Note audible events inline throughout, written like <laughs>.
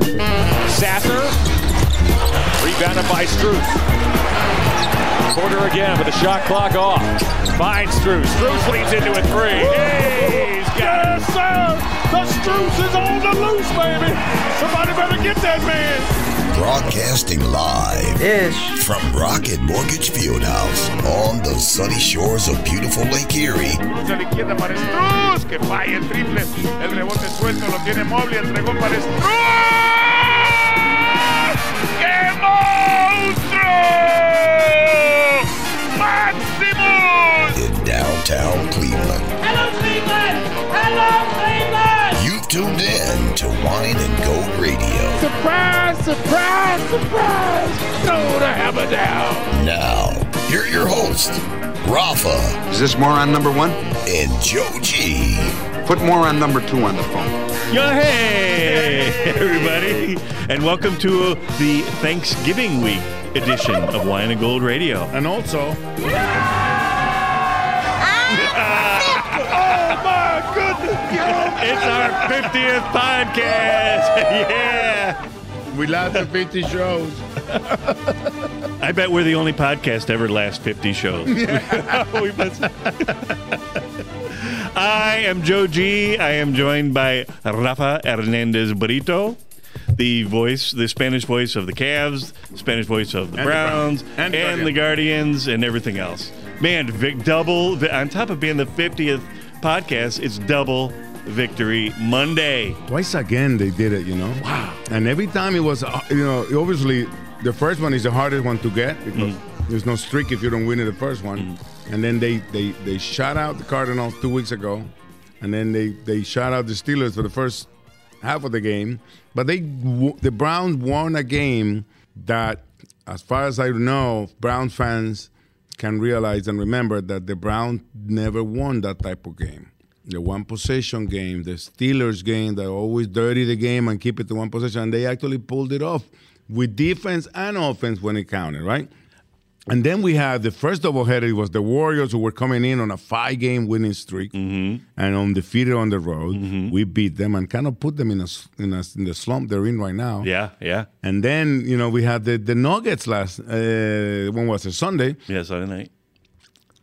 Sasser. Rebounded by Struth. Porter again with a shot clock off. Finds Struth. Struth leads into a three. Hey, he's got it. The Struce is on the loose, baby. Somebody better get that man. Broadcasting live Ish. from Rocket Mortgage Fieldhouse on the sunny shores of beautiful Lake Erie. Cruce a la izquierda para Struce, que falla el triple. El rebote suelto lo tiene Mobley, entregó para Struce. ¡Qué monstruo! ¡Máximo! in downtown Cleveland. Hello, Cleveland! Hello, Cleveland! You've tuned in to Wine and Gold Radio. Surprise, surprise, surprise! Throw the hammer down. Now, here are your hosts, Rafa Is this moron number one? and Joe G. Put moron number two on the phone. Yeah, hey, <laughs> everybody, and welcome to the Thanksgiving week edition of Wine and Gold Radio. And also, <laughs> It's our 50th podcast. <laughs> yeah. we lost the 50 shows. I bet we're the only podcast to ever last 50 shows. <laughs> We must- I am Joe G. I am joined by Rafa Hernandez Brito, the voice, the Spanish voice of the Cavs, Spanish voice of the And the Browns. Browns, And and, the the Guardians, and everything else. Man, Vic double on top of being the 50th podcast, it's double victory Monday. Twice again they did it, you know. Wow. And every time it was, uh, you know, obviously the first one is the hardest one to get because Mm. there's no streak if you don't win it the first one. And then they they they shot out the Cardinals two weeks ago, and then they they shot out the Steelers for the first half of the game. But they w- the Browns won a game that, as far as I know, Browns fans can realize and remember that the Browns never won that type of game. The one possession game, the Steelers game, they always dirty the game and keep it to one possession. And they actually pulled it off with defense and offense when it counted, right? And then we had the first doubleheader was the Warriors who were coming in on a five-game winning streak and undefeated on the road. We beat them and kind of put them in a s- in a, in the slump they're in right now. Yeah, yeah. And then you know we had the the Nuggets last uh, when was it Sunday Yeah, Sunday night.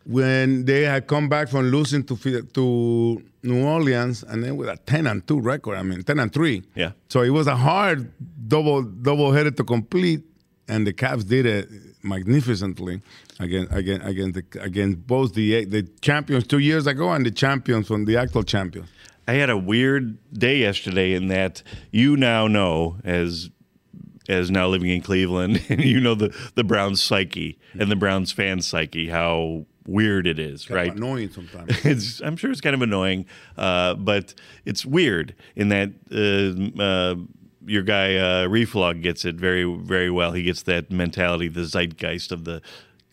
when they had come back from losing to Phil- to New Orleans and then with a 10 and 2 record, I mean 10 and 3. Yeah. So it was a hard double double headed to complete and the Cavs did it magnificently against against against the, against both the the champions 2 years ago and the champions from the actual champions. I had a weird day yesterday in that you now know as as now living in Cleveland <laughs> and you know the the Browns psyche and the Browns fan psyche how weird it is, right? Annoying sometimes. It's I'm sure it's kind of annoying, uh, but it's weird in that uh, uh, your guy uh, Reflog gets it very very well. He gets that mentality, the zeitgeist of the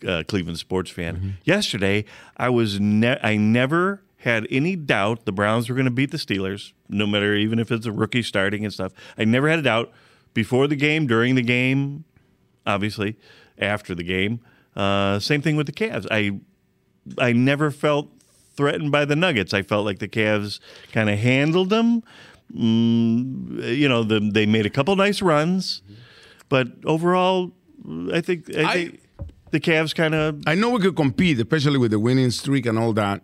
uh, Cleveland sports fan. Yesterday, I was ne- I never had any doubt the Browns were going to beat the Steelers, no matter even if it's a rookie starting and stuff. I never had a doubt before the game, during the game, obviously after the game. Uh, same thing with the Cavs. I I never felt threatened by the Nuggets. I felt like the Cavs kind of handled them. Mm, you know, the, they made a couple nice runs, but overall, I think I, think the Cavs kind of I know we could compete, especially with the winning streak and all that.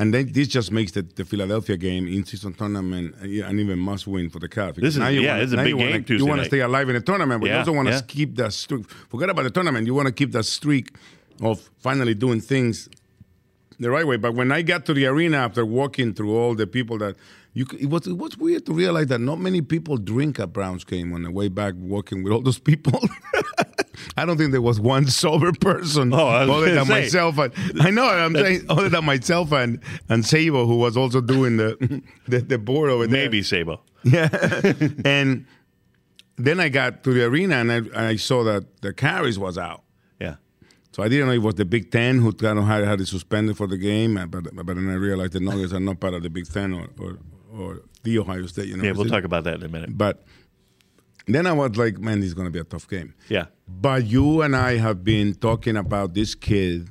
And then this just makes the, the Philadelphia game in season tournament uh, yeah, an even must win for the Cavs. Because This is- yeah, wanna- it's a now big you wanna- game Tuesday You want to night. stay alive in the tournament, but you Yeah, also want to yeah. keep that streak. Forget about the tournament. You want to keep that streak of finally doing things the right way. But when I got to the arena after walking through all the people that you, c- it was it was weird to realize that not many people drink at Browns game on the way back walking with all those people. <laughs> I don't think there was one sober person Oh, I was other gonna than say. myself. And, I know I'm saying other than myself and and Sabo who was also doing the <laughs> the, the board over there. Maybe Sabo. And then I got to the arena and I, and I saw that the carries was out. Yeah. So I didn't know it was the Big Ten who kind of had, had it suspended for the game, uh, but but then I realized the Nuggets are not part of the Big Ten or or, or the Ohio State Yeah, University. we'll talk about that in a minute. But then I was like, man, this is gonna be a tough game. Yeah. But you and I have been talking about this kid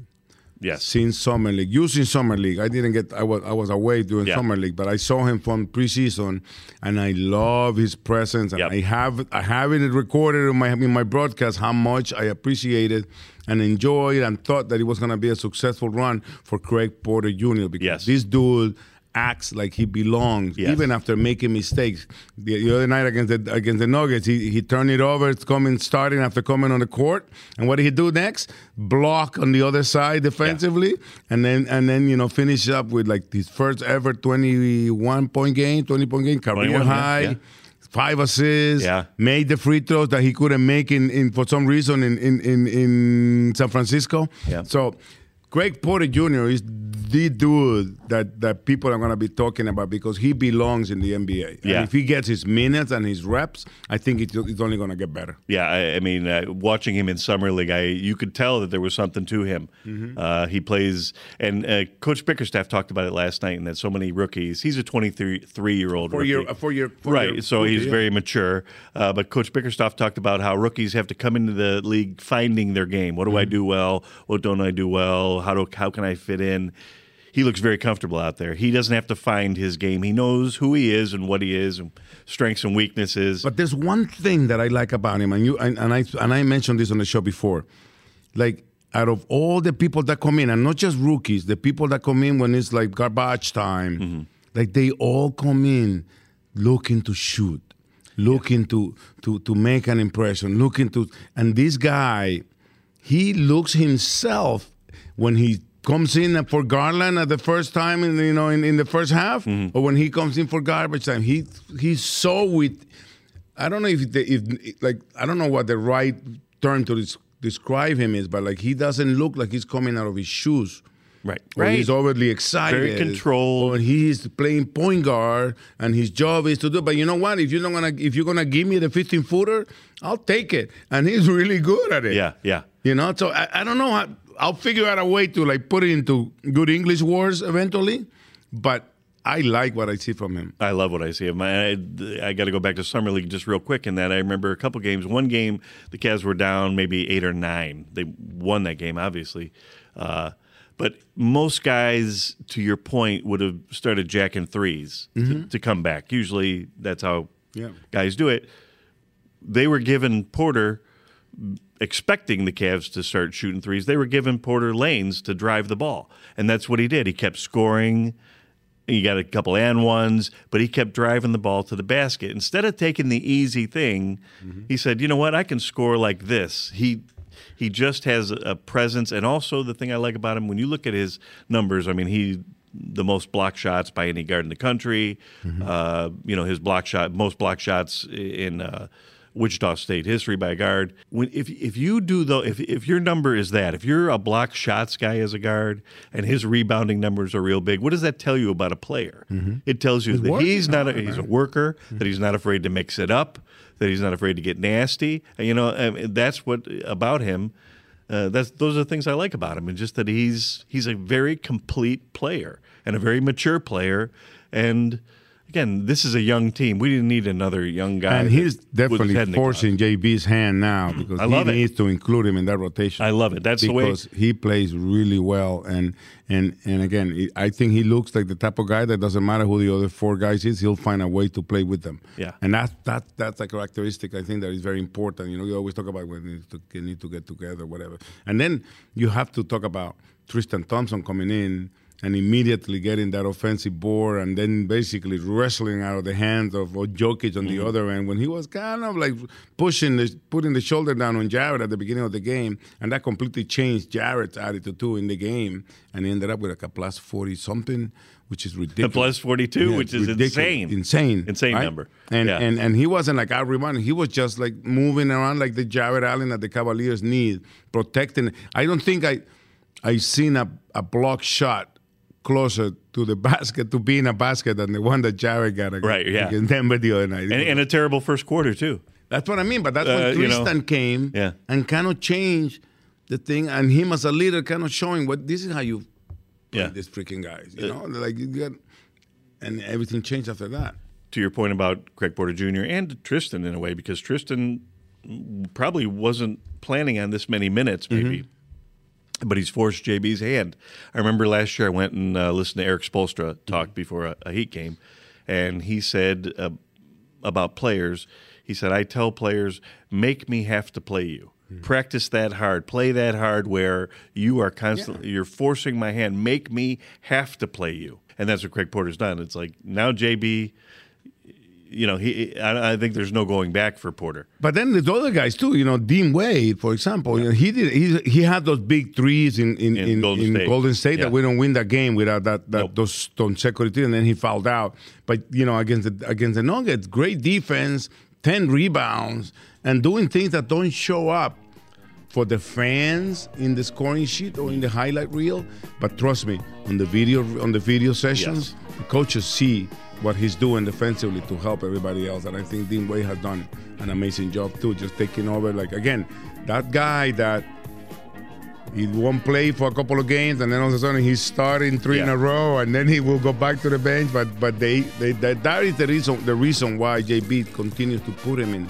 Yes. since summer league. You since summer league. I didn't get. I was I was away during Yeah. summer league, but I saw him from preseason, and I love his presence. And Yep. I have I have it recorded in my in my broadcast how much I appreciated and enjoyed and thought that it was going to be a successful run for Craig Porter Jr. Because Yes. this dude acts like he belongs Yes. even after making mistakes the, the other night against the against the nuggets he, he turned it over it's coming starting after coming on the court and what did he do next block on the other side defensively and then and then you know finish up with like his first ever 21 point game 20 point game career 21, yeah, high yeah. Five assists. Yeah. Made the free throws that he couldn't make in, in for some reason in in, in, in San Francisco. Yeah. So Greg Porter Jr. is the dude that, that people are going to be talking about because he belongs in the NBA. Yeah. And if he gets his minutes and his reps, I think it, it's only going to get better. Yeah, I, I mean, uh, watching him in summer league, I you could tell that there was something to him. Mm-hmm. Uh, he plays, and uh, Coach Bickerstaff talked about it last night, and that so many rookies. He's a 23 year old Four rookie. year- a four-year- right? four-year so he's rookie, yeah. very mature. Uh, but Coach Bickerstaff talked about how rookies have to come into the league finding their game. What do Mm-hmm. I do well? What don't I do well? How do how can I fit in? He looks very comfortable out there. He doesn't have to find his game. He knows who he is and what he is, and strengths and weaknesses. But there's one thing that I like about him, and you and, and I and I mentioned this on the show before. Like out of all the people that come in, and not just rookies, the people that come in when it's like garbage time, like they all come in looking to shoot, looking to to to make an impression, looking to and this guy, he looks himself when he comes in for Garland at the first time in you know in, in the first half, or when he comes in for garbage time. He he's so with I don't know if the, if like I don't know what the right term to des- describe him is, but like he doesn't look like he's coming out of his shoes. right, Or He's overly excited. controlled. Or he's playing point guard, and his job is to do. But you know what? If you're not gonna, if you're gonna give me the 15 footer, I'll take it. And he's <laughs> really good at it. Yeah, yeah. You know, so I, I don't know. How, I'll figure out a way to like put it into good English words eventually, but I like what I see from him. I love what I see of my. I, I got to go back to summer league just real quick. In that, I remember a couple games. One game, the Cavs were down maybe eight or nine. They won that game, obviously. Uh, but most guys, to your point, would have started jacking 3s to, to come back. Usually, that's how Yeah. guys do it. They were given Porter, expecting the Cavs to start shooting threes. They were given Porter lanes to drive the ball, and that's what he did. He kept scoring. He got a couple and ones, but he kept driving the ball to the basket. Instead of taking the easy thing, he said, "You know what? I can score like this." He he just has a presence, and also the thing I like about him when you look at his numbers. I mean, he the most block shots by any guard in the country. Uh, you know, his block shot, most block shots in. Uh, Wichita State history by a guard. When if if you do though, if if your number is that, if you're a block shots guy as a guard, and his rebounding numbers are real big, what does that tell you about a player? It tells you that he's not a, he's a worker, that he's not afraid to mix it up, that he's not afraid to get nasty. And, you know, I mean, that's what about him. Uh, that's those are the things I like about him, and just that he's he's a very complete player and a very mature player, and. Again, this is a young team. We didn't need another young guy. And that he's was definitely Uh, head in the clouds. forcing JB's hand now because I love he it. needs to include him in that rotation. I love it. That's the way- because he plays really well, and and and again, he- I think he looks like the type of guy that doesn't matter who the other four guys is, he'll find a way to play with them. Yeah. and that's that that's a characteristic I think that is very important. You know, you always talk about when need to you need to get together, whatever, and then you have to talk about Tristan Thompson coming in and immediately getting that offensive board and then basically wrestling out of the hands of Jokic on Mm-hmm. the other end when he was kind of like pushing the putting the shoulder down on Jared at the beginning of the game and that completely changed Jared's attitude too in the game and he ended up with like a plus 40 something which is ridiculous. plus 42, which is ridiculous. insane. Insane. Insane number. And, Yeah. and and he wasn't like out rebounding. He was just like moving around like the Jared Allen that the Cavaliers need, protecting. I don't think I I seen a, a block shot closer to the <laughs> basket to being a basket than the one that Jared got against, Right, yeah. against Denver the other night. And, and a terrible first quarter too. that's what I mean. But that's Uh, when you know. Tristan came Yeah. and kind of changed the thing, and him as a leader kind of showing what this is how you play Yeah. Uh, these freaking guys. You know, They're like you got, and everything changed after that. To your point about Craig Porter Jr. and Tristan in a way, because Tristan probably wasn't planning on this many minutes, maybe. But he's forced JB's hand. I remember last year I went and uh, listened to Eric Spolstra talk before a, a Heat game, and he said uh, about players. He said, I tell players, make me have to play you. Practice that hard. Play that hard where you are constantly, you're forcing my hand. Make me have to play you. And that's what Craig Porter's done. It's like now JB, you know, he, I, I think there's no going back for Porter. But then there's other guys too. You know, Dean Wade, for example. You know, he did. He he had those big threes in in, in, in Golden, State. Yeah. that we don't win that game without that, that Nope. those consecutive threes, and then he fouled out. But you know, against the against the Nuggets, great defense, ten rebounds, and doing things that don't show up for the fans in the scoring sheet or in the highlight reel. But trust me, on the video on the video sessions, the coaches see what he's doing defensively to help everybody else. And I think Dean Wade has done an amazing job too, just taking over. Like again, that guy that he won't play for a couple of games, and then all of a sudden he's starting three in Yeah. a row, and then he will go back to the bench. But but they, they that, that is the reason the reason why JB continues to put him in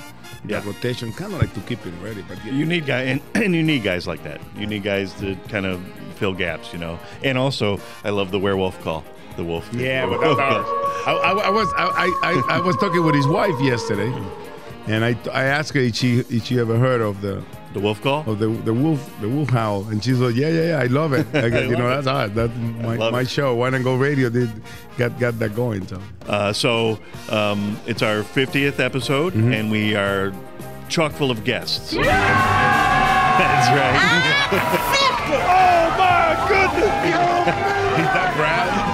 Yeah. that rotation, kind of like to keep him ready. But yeah. You need guy and, <clears throat> and you need guys like that. You need guys to kind of fill gaps, you know. And also, I love the werewolf call. The wolf. Yeah, <laughs> but Werewolf that's ours. call. I, I, I was I, I, I was talking with his wife yesterday, and I, I asked her if she if she ever heard of the The wolf call. of the, the wolf the wolf howl, and she said, yeah yeah yeah I love <laughs> it. I go, you know that's ours. That's my, love my it. show. Wine and Go Radio did got got that going. So Uh, so um, it's our 50th episode, and we are chock full of guests. <laughs> That's right. Oh my goodness!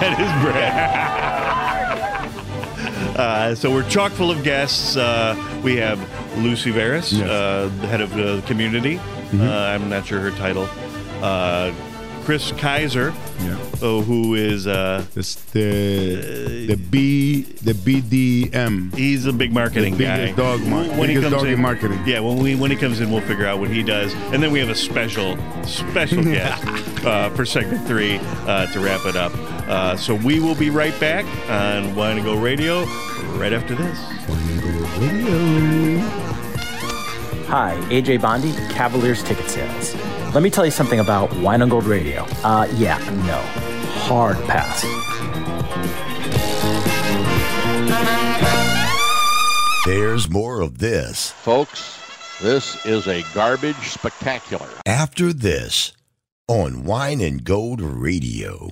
that is Brad. <laughs> Uh, so we're chock full of guests. Uh, we have Lucy Veras, Yes. uh, the head of the community. Uh, I'm not sure her title. Uh, Chris Kaiser, Yeah. oh, who is uh, this the the B the BDM. He's a big marketing The guy. biggest dog mar- biggest dog in marketing. Yeah, when we when he comes in, we'll figure out what he does, and then we have a special <laughs> special guest uh, for segment three uh, to wrap it up. Uh, so we will be right back on Wine and Go Radio right after this. Hi, AJ Bondi, Cavaliers Ticket Sales. Let me tell you something about Wine on Gold Radio. Uh, yeah, no. Hard pass. There's more of this Folks, this is a garbage spectacular. after this on Wine and Gold Radio.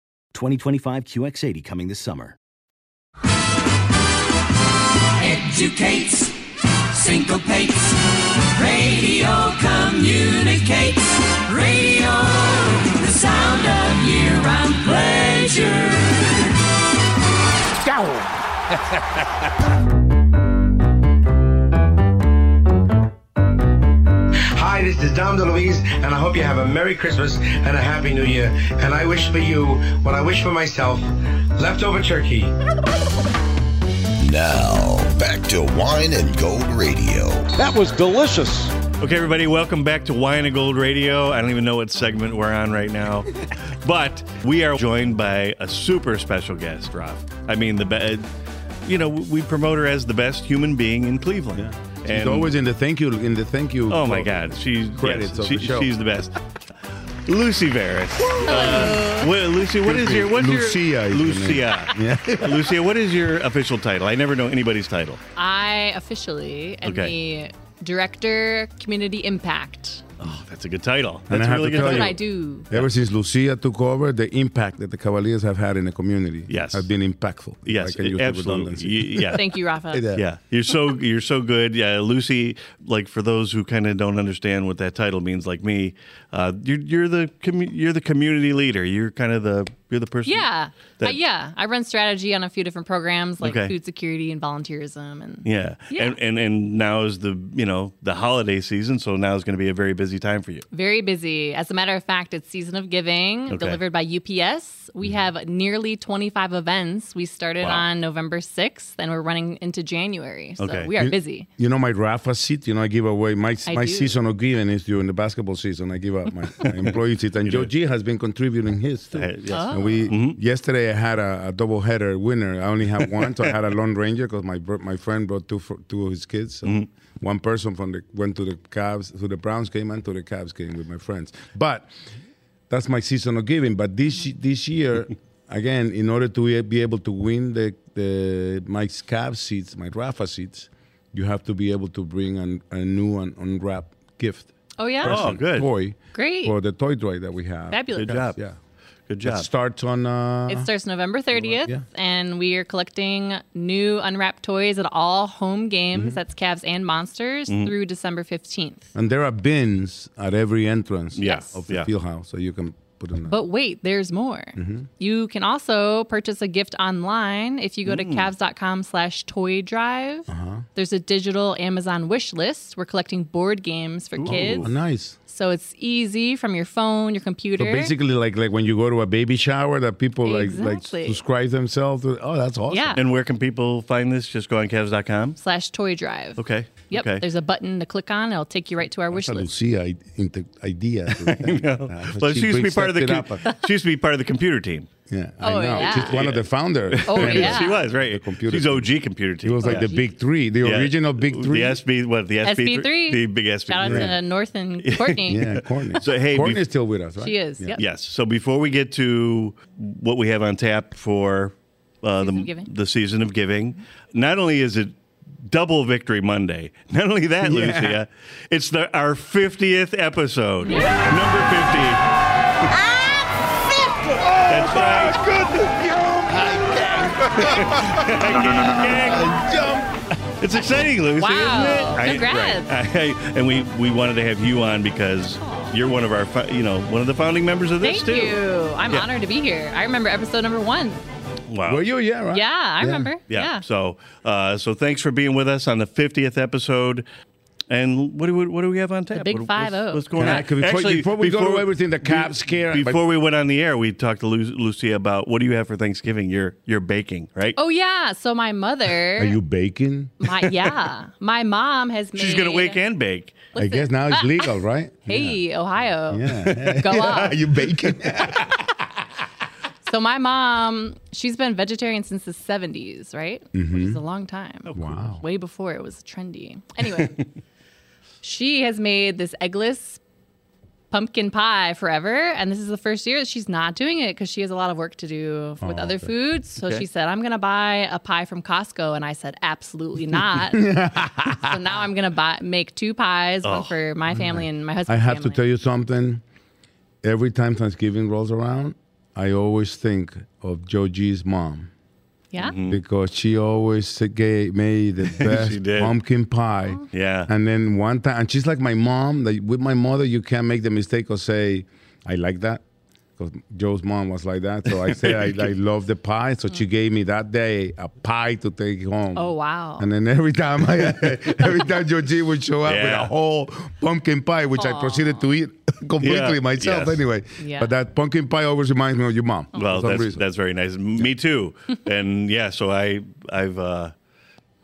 2025 QX80 coming this summer. Educates, syncopates, radio communicates, radio, the sound of year-round pleasure. Hi, this is Dom DeLuise, and I hope you have a Merry Christmas and a Happy New Year. And I wish for you what I wish for myself leftover turkey. Now, back to Wine and Gold Radio. That was delicious. Okay, everybody, welcome back to Wine and Gold Radio. I don't even know what segment we're on <laughs> right now, but we are joined by a super special guest, Rob. I mean, the be- you know, we promote her as the best human being in Cleveland. She's always in the thank you in the thank you. Oh my club. God, she's Credits yes, of she- the show. She's the best. Lucy Veris. Uh, what- Lucy, what is your what's Lucia Your, is the name. Lucia. <laughs> Lucia, what is your official title? I never know anybody's title. I officially am Okay. the director community impact. Oh, that's a good title. And That's I a have really to good tell title. you, What I do. Ever since Lucia took over, the impact that the Cavaliers have had in the community Yes. have been impactful. Yes, I can use the absolutely. redundancy. Y- yeah. Thank you, Rafa. Yeah. you're so you're so good. Yeah, Lucy. Like for those who kind of don't understand what that title means, like me, uh, you're you're the commu- you're the community leader. You're kind of the you're the person. Yeah. that- Uh, yeah. I run strategy on a few different programs like Okay. food security and volunteerism and Yeah. Yeah. And, and and now is the you know the holiday season, so now is going to be a very busy time for you. very busy. As a matter of fact, it's season of giving Okay. delivered by UPS. We have nearly 25 events. We started Wow. on November 6th and we're running into January. So we are You- busy. You know my Rafa seat. You know I give away my I my do. season of giving is during the basketball season. I give out my, <laughs> my employee seat, and Joe G has been contributing his too. Uh, Oh. yes. Mm-hmm. And we yesterday I had a, a double header winner. I only had one, so I had a Lone Ranger because my bro- my friend brought two for, two of his kids. So Mm-hmm. One person from the went to the Cavs, to the Browns game, and to the Cavs game with my friends. But that's my season of giving. But this this year, again, in order to be able to win the the my scab seats, my Rafa seats, you have to be able to bring an, a new and unwrapped gift. Oh, yeah? Person, Oh, good. Toy Great. for the toy drive that we have. Fabulous. Good job. Yeah. Good It starts on. Uh, It starts November 30th, yeah. and we are collecting new unwrapped toys at all home games, Mhm. that's Cavs and Monsters, Mhm. through December 15th. and there are bins at every entrance Yes. of the Yeah. field house, so you can put in. But wait, there's more. Mhm. You can also purchase a gift online if you go to Mm. cavs.com slash toy drive. Uh-huh. There's a digital Amazon wish list. We're collecting board games for kids. Oh, nice. So it's easy from your phone, your computer. So basically, like like when you go to a baby shower, that people like Exactly. like subscribe themselves. To, oh, that's awesome. Yeah. And where can people find this? Just go on Cavs.com. slash toy drive. Okay. Yep. Okay. <laughs> There's a button to click on. It'll take you right to our wish That's a list. Lucia i- inte- <laughs> idea. Uh, well, she, used to be brings part of the that co- up. <laughs> she used to be part of the computer team. Yeah, I Oh, know. yeah. She's one of the founder. <laughs> Oh, <laughs> yeah. she was right. She's OG computer team. It was like the big three, the original big three. The SB, what the SB, SB3. the big SB. Shout out to North <laughs> and Courtney. Courtney. So hey, Courtney's still with us, right? She is, Yeah. yep. Yes. So before we get to what we have on tap for uh, Season of the giving. the season of giving, not only is it double victory Monday, <laughs> not only that, Yeah. Lucia, it's the our fiftieth episode, number fifty. Ah, That's right. Oh, No, no, no, <laughs> <laughs> It's exciting, Lucy, Wow. isn't it? Congrats. I- right. I- and we, we wanted to have you on because you're one of our, fo- you know, one of the founding members of this Thank too. you. I'm Yeah. honored to be here. I remember episode number one. Wow. Were you? Yeah, right? Yeah, I remember. Yeah. So, uh, so thanks for being with us on the 50th episode. And what do we, what do we have on tap? big What- five oh. What's, what's going Can I- on? can- before- before we go to everything, the be- Cavs care, but- Before we went on the air, we talked to Lu- Lucia about what do you have for Thanksgiving? You're you're baking, right? Oh yeah. So my mother, Are you baking? my <laughs> yeah, my mom has made. She's gonna wake and bake. I guess <laughs> now it's legal, right? Hey, Ohio. <laughs> Yeah. Go Are off. <laughs> you baking? So my mom, she's been vegetarian since the 70s, right? Which is Mhm. a long time. Wow. Way before it was trendy. Anyway, she has made this eggless pumpkin pie forever, and this is the first year that she's not doing it because she has a lot of work to do with Oh, other okay. foods. So Okay. she said, "I'm going to buy a pie from Costco," and I said, "Absolutely not." so now I'm going to buy make two pies, one Oh. for my family and my I husband's have to family. tell you something. Every time Thanksgiving rolls around, I always think of Georgie's mom yeah. Mm-hmm. Mm. because she always gave, made <laughs> the best did. Oh. pumpkin pie. Yeah. And then one time, and she's like my mom. Like with my mother, you can't make the mistake of say, "I like that," because Joe's mom was like that. So <laughs> I said I, I love the pie. So she gave me that day a pie to take home. Oh wow. And then every time <laughs> I, every time Georgie would show up with Yeah. a whole pumpkin pie, which I proceeded to eat <laughs> completely Yeah, myself yes. anyway. Yeah. But that pumpkin pie always reminds me of your mom. Oh. Well, for some that's, reason. that's very nice. Me too. and yeah, so I I've uh,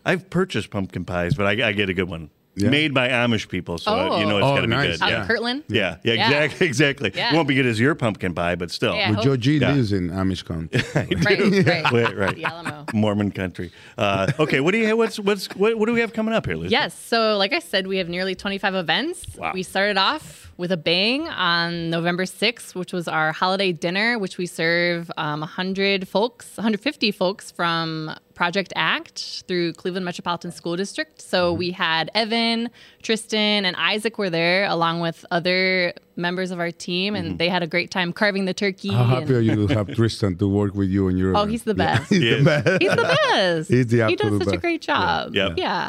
I've purchased pumpkin pies, but I, I get a good one Yeah. made by Amish people, so uh, you know it's Oh. Oh, got to be nice. good. Out yeah. of Kirtland? Yeah, yeah, Yeah. exactly, <laughs> exactly. Yeah. It won't be good as your pumpkin pie, but still. Yeah, I Well, hope- Georgie Yeah. lives in Amish country. <laughs> Right, right. Wait, right. The Alamo. Mormon country. Uh, okay, what do you what's what's what, what do we have coming up here, Liz? Yes. So, like I said, we have nearly 25 events. Wow. We started off with a bang on November 6th, which was our holiday dinner, which we serve um, 100 folks, 150 folks from Project ACT through Cleveland Metropolitan School District. So, we had Evan, Tristan, and Isaac were there, along with other members of our team, and they had a great time carving the turkey. How and- Oh, happy are you to have Tristan to work with you in Europe? Oh, he's the <laughs> best. he's the best. He's <laughs> the best. He's the he does absolute such a best. great job. Yeah. Yeah. Yeah.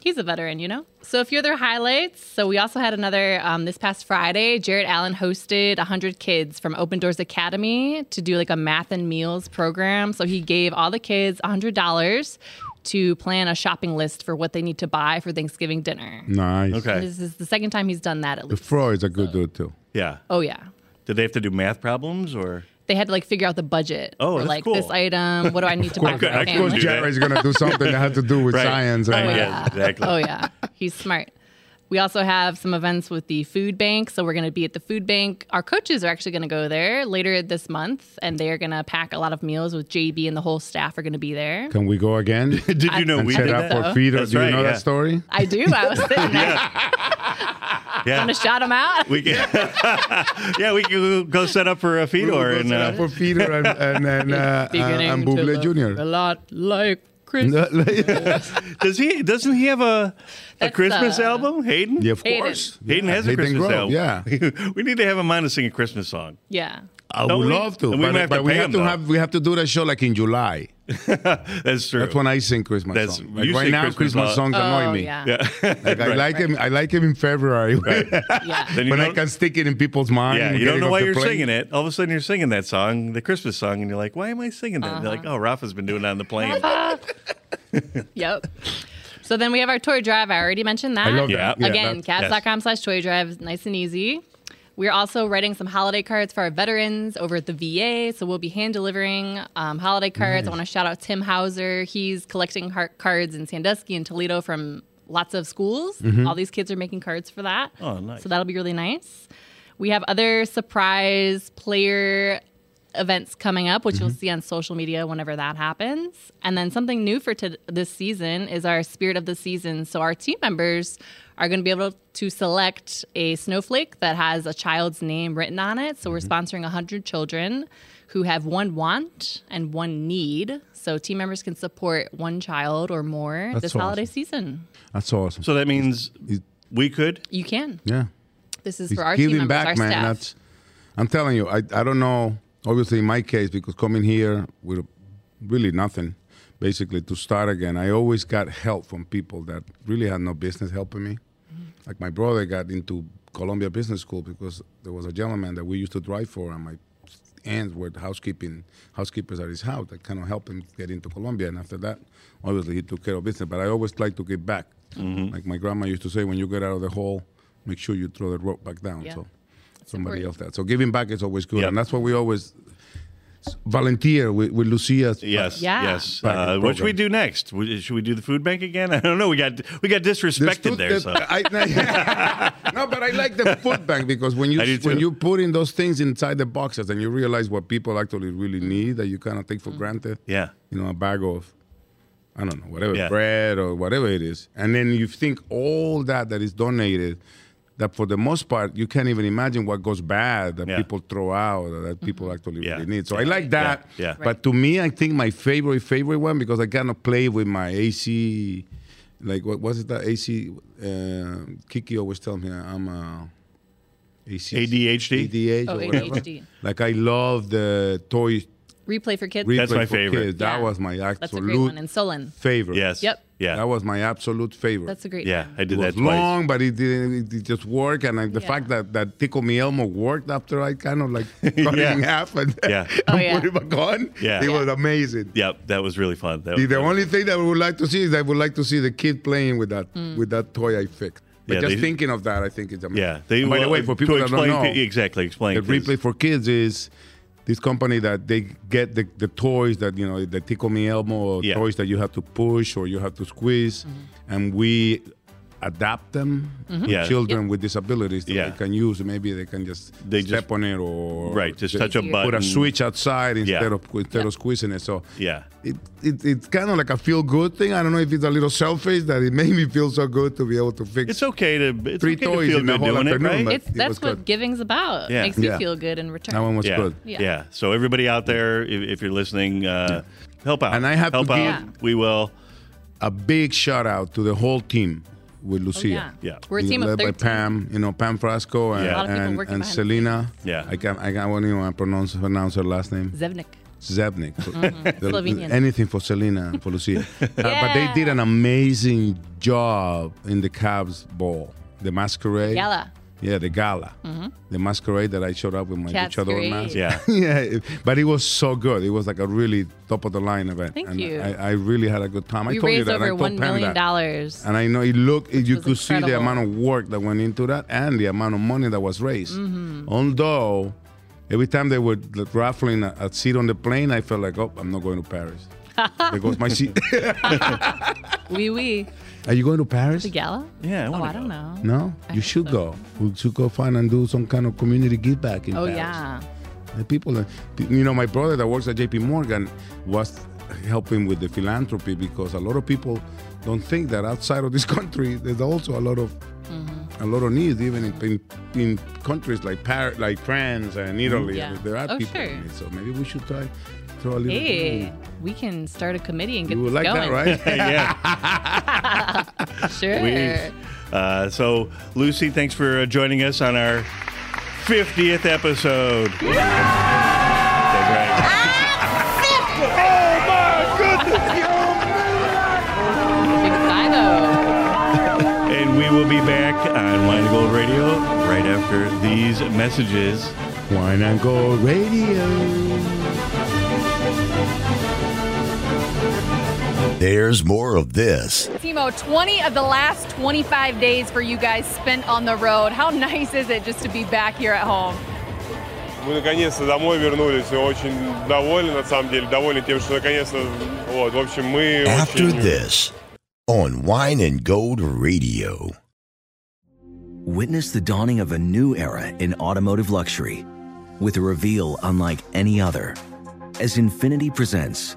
He's a veteran, you know? So a few other highlights. So we also had another um, this past Friday, Jared Allen hosted 100 kids from Open Doors Academy to do like a math and meals program. So he gave all the kids $100 to plan a shopping list for what they need to buy for Thanksgiving dinner. Nice. And this is the second time he's done that at The least. Freud's a good dude too. Yeah. Oh yeah. Did they have to do math problems or? They had to like figure out the budget. Oh, for, that's like cool. this item. What do I need <laughs> to buy Of for course- my of family? course Jared's do that. gonna do something that has to do with Right, science. Right, and- yeah, exactly. Oh yeah, he's smart. We also have some events with the food bank, so we're going to be at the food bank. Our coaches are actually going to go there later this month, and they are going to pack a lot of meals with JB and the whole staff are going to be there. Can we go <laughs> again? Did you know and we set did up that? for feeder? That's do you right, know yeah. that story? I do. I <laughs> was sitting there. Yeah. Want to shout him out? <laughs> We can, <laughs> yeah, we can go set up for a We'll Fedor go and set uh, up for feeder <laughs> and and and, uh, uh, and Buble Junior. <laughs> lot like <laughs> Does he? Doesn't he have a a Christmas uh, album? Hayden. Yeah, of Hayden. course. Hayden Yeah, has a Hayden Christmas Grove, album. yeah. <laughs> we need to have him on to sing a Christmas song. Yeah. I Don't would we? love to, And we but, might have but to we pay have him, to though. have we have to do that show like in July. That's true. That's when I sing Christmas That's- songs. you Like right sing now, Christmas Christmas songs. songs annoy Oh, me. yeah. Like, I Right. like him. I like him in February. <laughs> <laughs> Then you when I don't- can stick it in people's mind. yeah, and get you don't it know off why the you're plane. singing it. All of a sudden, you're singing that song, the Christmas song, and you're like, "Why am I singing that?" And They're like, Uh-huh. "Oh, Rafa's been doing it on <laughs> the plane." Yep. So then we have our toy drive. I already mentioned that. I love that. Yeah. Again, Yeah, that's- cats.com slash toy drive. Nice and easy. We're also writing some holiday cards for our veterans over at the VA. So we'll be hand delivering um, holiday cards. Nice. I want to shout out Tim Hauser. He's collecting heart cards in Sandusky and Toledo from lots of schools. Mhm. All these kids are making cards for that. Oh, nice. So that'll be really nice. We have other surprise player events coming up, which you'll Mm-hmm. see on social media whenever that happens. And then something new for to- this season is our Spirit of the Season. So our team members are going to be able to select a snowflake that has a child's name written on it. So we're Mm-hmm. sponsoring 100 children who have one want and one need. So team members can support one child or more That's this awesome. holiday season. That's awesome. So that means we could. You can. Yeah. This is He's for our team giving members, back, our man. staff. That's I'm telling you, I, I don't know. Obviously, in my case, because coming here with really nothing, basically to start again, I always got help from people that really had no business helping me. Like my brother got into Columbia Business School because there was a gentleman that we used to drive for, and my aunts were housekeeping housekeepers at his house that kind of helped him get into Colombia. And after that, obviously, he took care of business. But I always like to give back. Like my grandma used to say, when you get out of the hole, make sure you throw the rope back down. Yeah. So somebody else that. So giving back is always good, and that's what we always volunteer with, with Lucia. Yes. Yes. Back in Uh, what should we program. do next? We- Should we do the food bank again? <laughs> I don't know. We got we got disrespected there. there's- So I- No, but I <laughs> like the food bank because when you I do when too. you put in those things inside the boxes and you realize what people actually really need that you kind of take for granted. <laughs> Yeah. You know, a bag of I don't know, whatever Yeah. bread or whatever it is. And then you think all that that is donated that for the most part you can't even imagine what goes bad that people throw out or that people actually really need. So I like that. Mm-hmm. Yeah. But to me I think my favorite favorite one because I kind of play with my AC like what was it that AC uh, Kiki always tells me I'm a ADHD, ADHD, Oh, or whatever. ADHD. Like I love the toy Replay for kids. Replay for Kids. That was my absolute That's a great one. And Solon. favorite. Yes. Yep. Yeah. That was my absolute favorite. That's a great Yeah, one. I did it was that twice. long, but it didn't. It just worked, and like, the Yeah. fact that that Tickle Me Elmo worked after I kind of like <laughs> cut Yeah. it in half and, Yeah. Oh, <laughs> and yeah. put it back on. Yeah. It was amazing. Yep, that was really fun. That The, was the only thing that I would like to see is I would like to see the kid playing with that Mm. with that toy I fixed. But Yeah, just they- thinking of that, I think it's amazing. Yeah, they- And by the well, way, for to people that don't explain know, thi- exactly, explain the things. replay for kids is this company that they get the, the toys that you know the Tickle Me Elmo or Yeah. toys that you have to push or you have to squeeze, and we adapt them Mhm. to Yeah. children with disabilities that they can use. Maybe they can just step on it or Right, just touch a put button. a switch outside instead of instead of squeezing it. So yeah. it, it it's kind of like a feel good thing. I don't know if it's a little selfish that it made me feel so good to be able to fix. It's okay to it's three okay to toys feel in the good whole doing it, afternoon. right? but It's it that's was what good. giving's about. Yeah. Makes you Yeah. feel good in return. yeah. Yeah. Yeah. So everybody out there, if, if you're listening, uh, help out. And I have help to out. give- Yeah. We will. a big shout out to the whole team with Lucia. yeah. Yeah. We're a team of led by 13. Pam, you know Pam Frasco and Yeah. A lot of people and, working behind and the Selena. Yeah, I can I can't even uh, pronounce pronounce her last name. Zevnik. Zebnik. Mhm. The- Slovenian. Anything for Selena and for <laughs> Lucia. Uh, but they did an amazing job in the Cavs ball, the masquerade. Gala. Yeah, the gala. Mhm. The masquerade that I showed up with my luchador Catsquerade. mask. <laughs> Yeah. yeah. it- But it was so good. It was like a really top of the line event. Thank and you. I, I really had a good time. I we told you raised that. and I over told one Pam million that. Uh, dollars. And I know it looked, you could was see the incredible. amount of work that went into that and the amount of money that was raised. Mhm. Although, every time they were like, raffling a, a seat on the plane, I felt like, oh, I'm not going to <laughs> Paris. there goes my seat. <laughs> Wee wee. Are you going to Paris? The gala? Yeah. oh, I don't know. No, you should go. We should go find and do some kind of community give back in Oh Paris. yeah. The people, that, you know, my brother that works at J.P. Morgan was helping with the philanthropy because a lot of people don't think that outside of this <laughs> country there's also a lot of Mm-hmm. a lot of needs, even in in, in countries like Par- like France and Mm-hmm. Italy. Yeah. There are Oh, people. in sure. need. So maybe we should try throw a little. Hey, we can start a committee and get You would this like that, going. right? yeah. <laughs> sure. We, uh, so Lucy, thanks for uh, joining us on our 50th episode. That's right. And we will be back on Wine and Gold Radio right after these messages. Wine and Gold Radio. There's more of this Timo, 20 of the last 25 days for you guys spent on the road. How nice is it just to be back here at home? Мы наконец-то домой вернулись и очень довольны, на самом деле, довольны тем, что наконец-то, вот, в общем, мы after очень... this on Wine and Gold Radio. Witness the dawning of a new era in automotive luxury with a reveal unlike any other as Infinity presents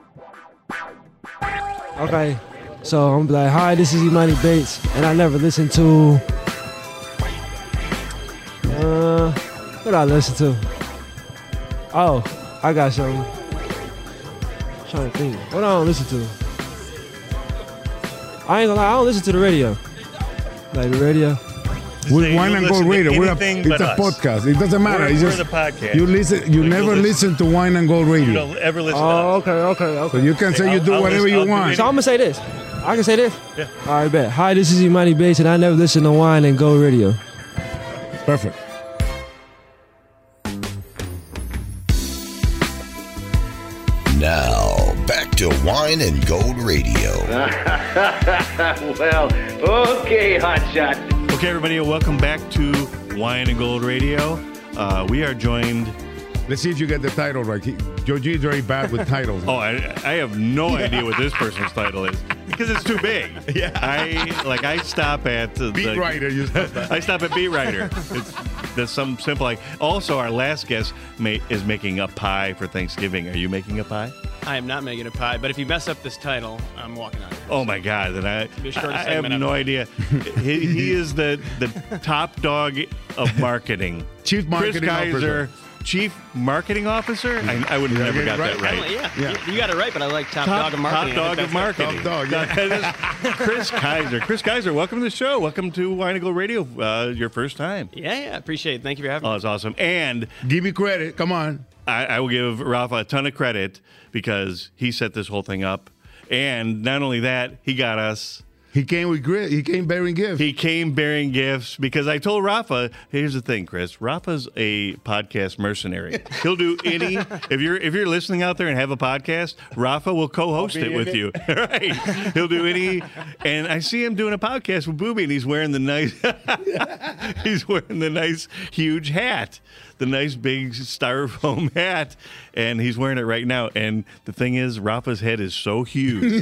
Okay. So I'm like, hi, this is Imani Bates, and I never listened to. Uh, what I listen to? Oh, I got something. trying to think. What I don't listen to? I ain't gonna lie, I don't listen to the radio. Like the radio. With Wine and Gold Radio, we're a, it's a podcast. It doesn't matter. We're- it's we're just the podcast. You listen. You Like, never you'll listen. to Wine and Gold Radio. ever listen oh, okay, okay, okay. So you can say you do whatever you want. So I'm gonna say this. I can say this. Yeah. All right, bet. Hi, this is Imani Bates, and I never listen to Wine and <laughs> Gold Radio. Perfect. to Wine and Gold Radio. well, okay, hotshot. Oh. Okay, everybody, welcome back to Wine and Gold Radio. Uh, we are joined. Let's see if you get the title right. He, Joji is very bad with titles. Oh, I, I <laughs> have no idea what this person's title is because it's too big. Yeah, I like I stop at the Beat the- writer, you stop at. I stop at <laughs> beat writer. It's, that's some simple. Like also, our last guest ma- is making a pie for Thanksgiving. Are you making a pie? I am not making a pie, but if you mess up this title, I'm walking out. Oh my God! Then I, Be a short I have segment no of- idea. he, he is the the top dog of marketing. Chief marketing Chris Kaiser, officer. Chief marketing officer. I, I would have never got that I right. don't- Yeah, You, you got it right, but I like top, dog of marketing. Top dog of marketing. That is Chris Kaiser. Chris Kaiser, welcome to the show. Welcome to Wine and Gold Radio. Uh, your first time. Yeah, yeah, appreciate it. Thank you for having me. Oh, it's awesome. And give me credit. Come on. I, I will give Rafa a ton of credit because he set this whole thing up. And not only that, he got us. He came with grit. He came bearing gifts. He came bearing gifts because I told Rafa. Here's the thing, Chris. Rafa's a podcast mercenary. <laughs> He'll do any. if you're if you're listening out there and have a podcast, Rafa will co-host I'll be it with in it. you. <laughs> right? He'll do any. And I see him doing a podcast with Booby, and he's wearing the nice. <laughs> he's wearing the nice huge hat, the nice big styrofoam hat, and he's wearing it right now. And the thing is, Rafa's head is so huge.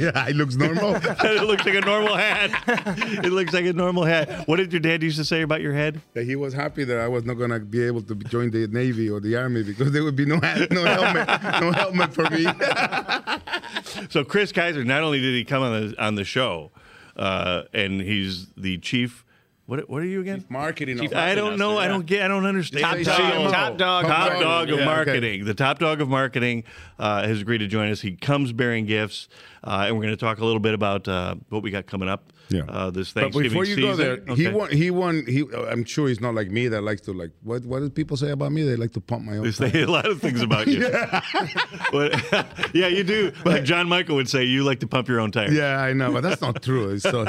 <laughs> yeah, it looks normal. <laughs> <laughs> it looks like a normal hat. It looks like a normal hat. What did your dad used to say about your head? That he was happy that I was not gonna be able to join the navy or the army because there would be no <laughs> hat, no helmet, no helmet for me. <laughs> So Chris Kaiser, not only did he come on the on the show, uh, and he's the chief. What, what are you again? marketing officer. I don't know. I don't get. I don't understand. E Top Top dog. dog. Top dog, Top dog. of Yeah, okay. marketing. The top dog of marketing uh, has agreed to join us. He comes bearing gifts, uh, and we're going to talk a little bit about uh, what we got coming up uh, this But Thanksgiving before you season. go there, he Okay. won. He won. He. I'm sure he's not like me that likes to like. What What do people say about me? They like to pump my own. They say time. a lot of things about <laughs> you. yeah. <laughs> But- <laughs> yeah, you do. Like John Michael would say, you like to pump your own tires. Yeah, I know, but that's not true. It's so,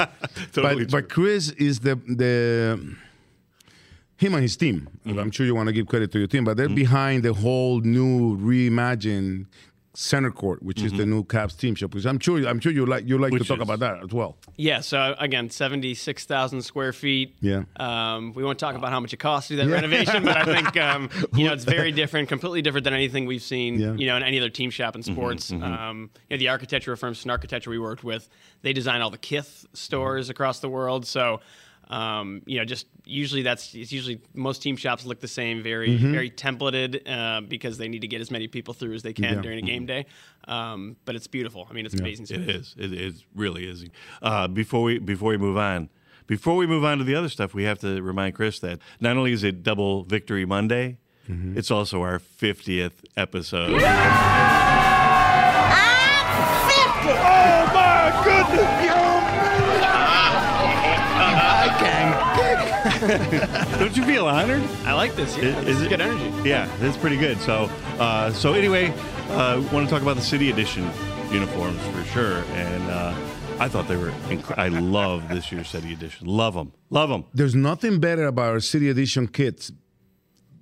Totally but, but Chris is the the him and his team. I'm sure you want to give credit to your team, but they're behind the whole new reimagined center court, which is the new Caps team shop. Which I'm sure I'm sure you like you like to talk about that as well. Yeah, so again, 76,000 square feet. Yeah. Um, we won't talk about how much it costs to do that Yeah. renovation, but I <laughs> think um, you know it's very different, completely different than anything we've seen. Yeah. You know, in any other team shop in sports. mhm. Um, you know, the architectural firm Sun Architecture we worked with, they design all the Kith stores Mm-hmm. across the world. So. Um, you know, just usually that's it's usually most team shops look the same, very Mhm. very templated uh, because they need to get as many people through as they can Yeah. during a Mm-hmm. game day. Um, but it's beautiful. I mean, it's amazing. space. It is. It, it really is. Uh, before we before we move on, before we move on to the other stuff, we have to remind Chris that not only is it Double Victory Monday, Mm-hmm. it's also our fiftieth episode. Oh my goodness, I can. Don't you feel honored? I like this. Yeah, is, it good energy? Yeah, that's pretty good. So, uh, so anyway, uh, want to talk about the city edition uniforms for sure. And uh, I thought they were. Inc- I love this year's city edition. Love them. Love them. There's nothing better about our city edition kits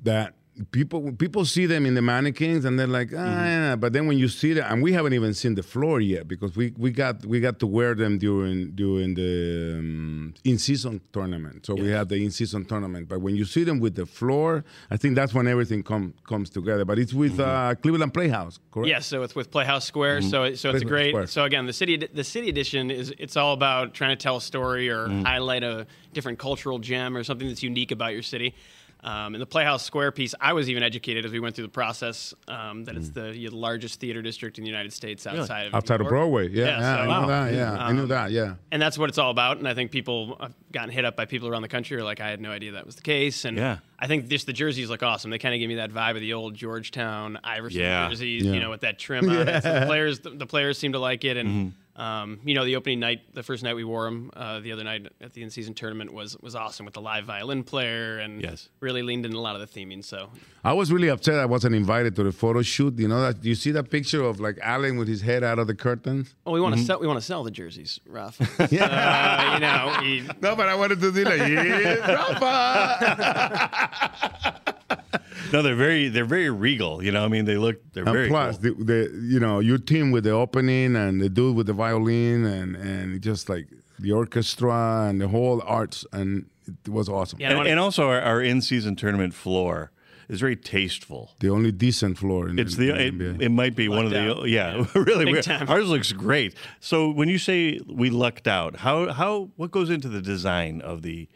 that people people see them in the mannequins and they're like, ah, Mm-hmm. yeah. but then when you see them, and we haven't even seen the floor yet because we, we got we got to wear them during during the um, in season tournament. So we had the in season tournament, but when you see them with the floor, I think that's when everything com- comes together. But it's with uh, Cleveland Playhouse, correct? Mm-hmm. Yes, so it's with Playhouse Square. Mhm. So it- so it's a Playhouse great. Square. So again, the city the city edition is it's all about trying to tell a story or Mm. highlight a different cultural gem or something that's unique about your city. Um, and the Playhouse Square piece, I was even educated as we went through the process um, that it's the you know, largest theater district in the United States Mm. Really? outside of Outside New of York. Broadway, yeah, yeah, so- I knew that, yeah, I knew Um, that, yeah. and that's what it's all about. And I think people have gotten hit up by people around the country who are like, I had no idea that was the case. And Yeah. I think just the jerseys look awesome. They kind of give me that vibe of the old Georgetown Iverson Yeah. jerseys, Yeah. you know, with that trim on it. So Yeah. Mm-hmm. the players, the, players seem to like it. And um, you know, the opening night, the first night we wore them, uh, the other night at the in-season tournament was was awesome with the live violin player and yes. really leaned into a lot of the theming. So I was really upset I wasn't invited to the photo shoot. You know that you see that picture of like Allen with his head out of the curtains. Oh, we want Mm-hmm. to Mhm. sell. We want to sell the jerseys, <laughs> Ralph. Uh, you know, we- No, but I wanted to do like, yeah, Rafa. no, they're very they're very regal. You know, I mean, they look they're <laughs> and very plus, cool. the, the you know your team with the opening and the dude with the violin and and just like the orchestra and the whole arts and it was awesome. and, and also our, our in season tournament floor is very tasteful. the only decent floor. In It's the in it, it might be one of the yeah <laughs> really Big weird. time. ours looks great. So when you say we lucked out, how how what goes into the design of the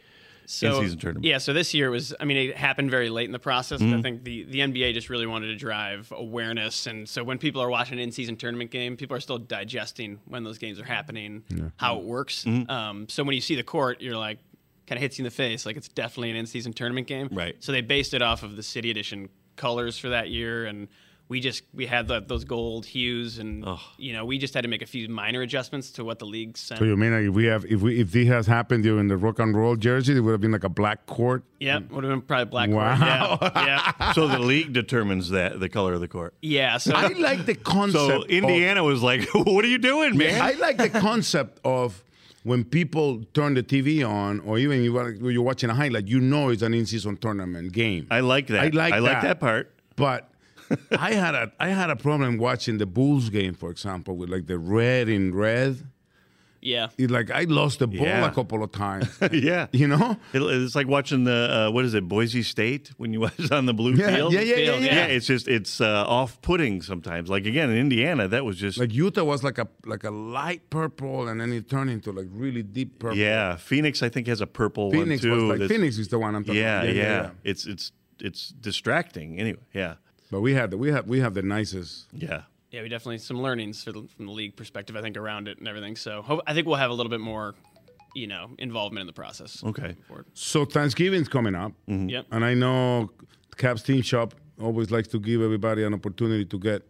in season tournament? Yeah, so this year was, I mean, it happened very late in the process. but I Mhm. think the, the NBA just really wanted to drive awareness. And so when people are watching an in season tournament game, people are still digesting when those games are happening, Yeah. how it works. Mhm. Um, so when you see the court, you're like, kind of hits you in the face. Like it's definitely an in season tournament game. Right. So they based it off of the City Edition colors for that year. And we just, we had the, those gold hues. And, you know, we just had to make a few minor adjustments to what the league sent. So you mean like if we have if we if this has happened during the rock and roll jersey, it would have been like a black court. Yeah, would have been probably black. or- Wow. Yeah, yeah. <laughs> So the league determines that the color of the court. Yeah, so I like the concept. So of- Indiana was like, <laughs> "What are you doing, man?" I like the concept of when people turn the TV on, or even you are, you're watching a highlight, you know it's an in-season tournament game. I like that. I like I like that that part. <laughs> But I had a I had a problem watching the Bulls game, for example, with like the red in red. Yeah. It, like I lost the ball Yeah. a couple of times. <laughs> yeah, you know, it's like watching the uh, what is it, Boise State when you <laughs> watch on the blue Yeah, field. yeah, yeah, yeah, Field, yeah. yeah. It's just it's uh, off-putting sometimes. Like again in Indiana, that was just Like Utah was like a like a light purple, and then it turned into like really deep purple. yeah. Phoenix, I think, has a purple Phoenix one was too. like- that's- Phoenix is the one I'm talking yeah, about. Yeah, Yeah, yeah, yeah. It's it's it's distracting anyway. Yeah, But we had the, we have we have the nicest. <laughs> Yeah. Yeah, we definitely some learnings for the, from the league perspective, I think, around it and everything. So hope, I think we'll have a little bit more, you know, involvement in the process. Okay. So Thanksgiving's coming up. Yep. And Mm. I know Caps Team Shop always likes to give everybody an opportunity to get,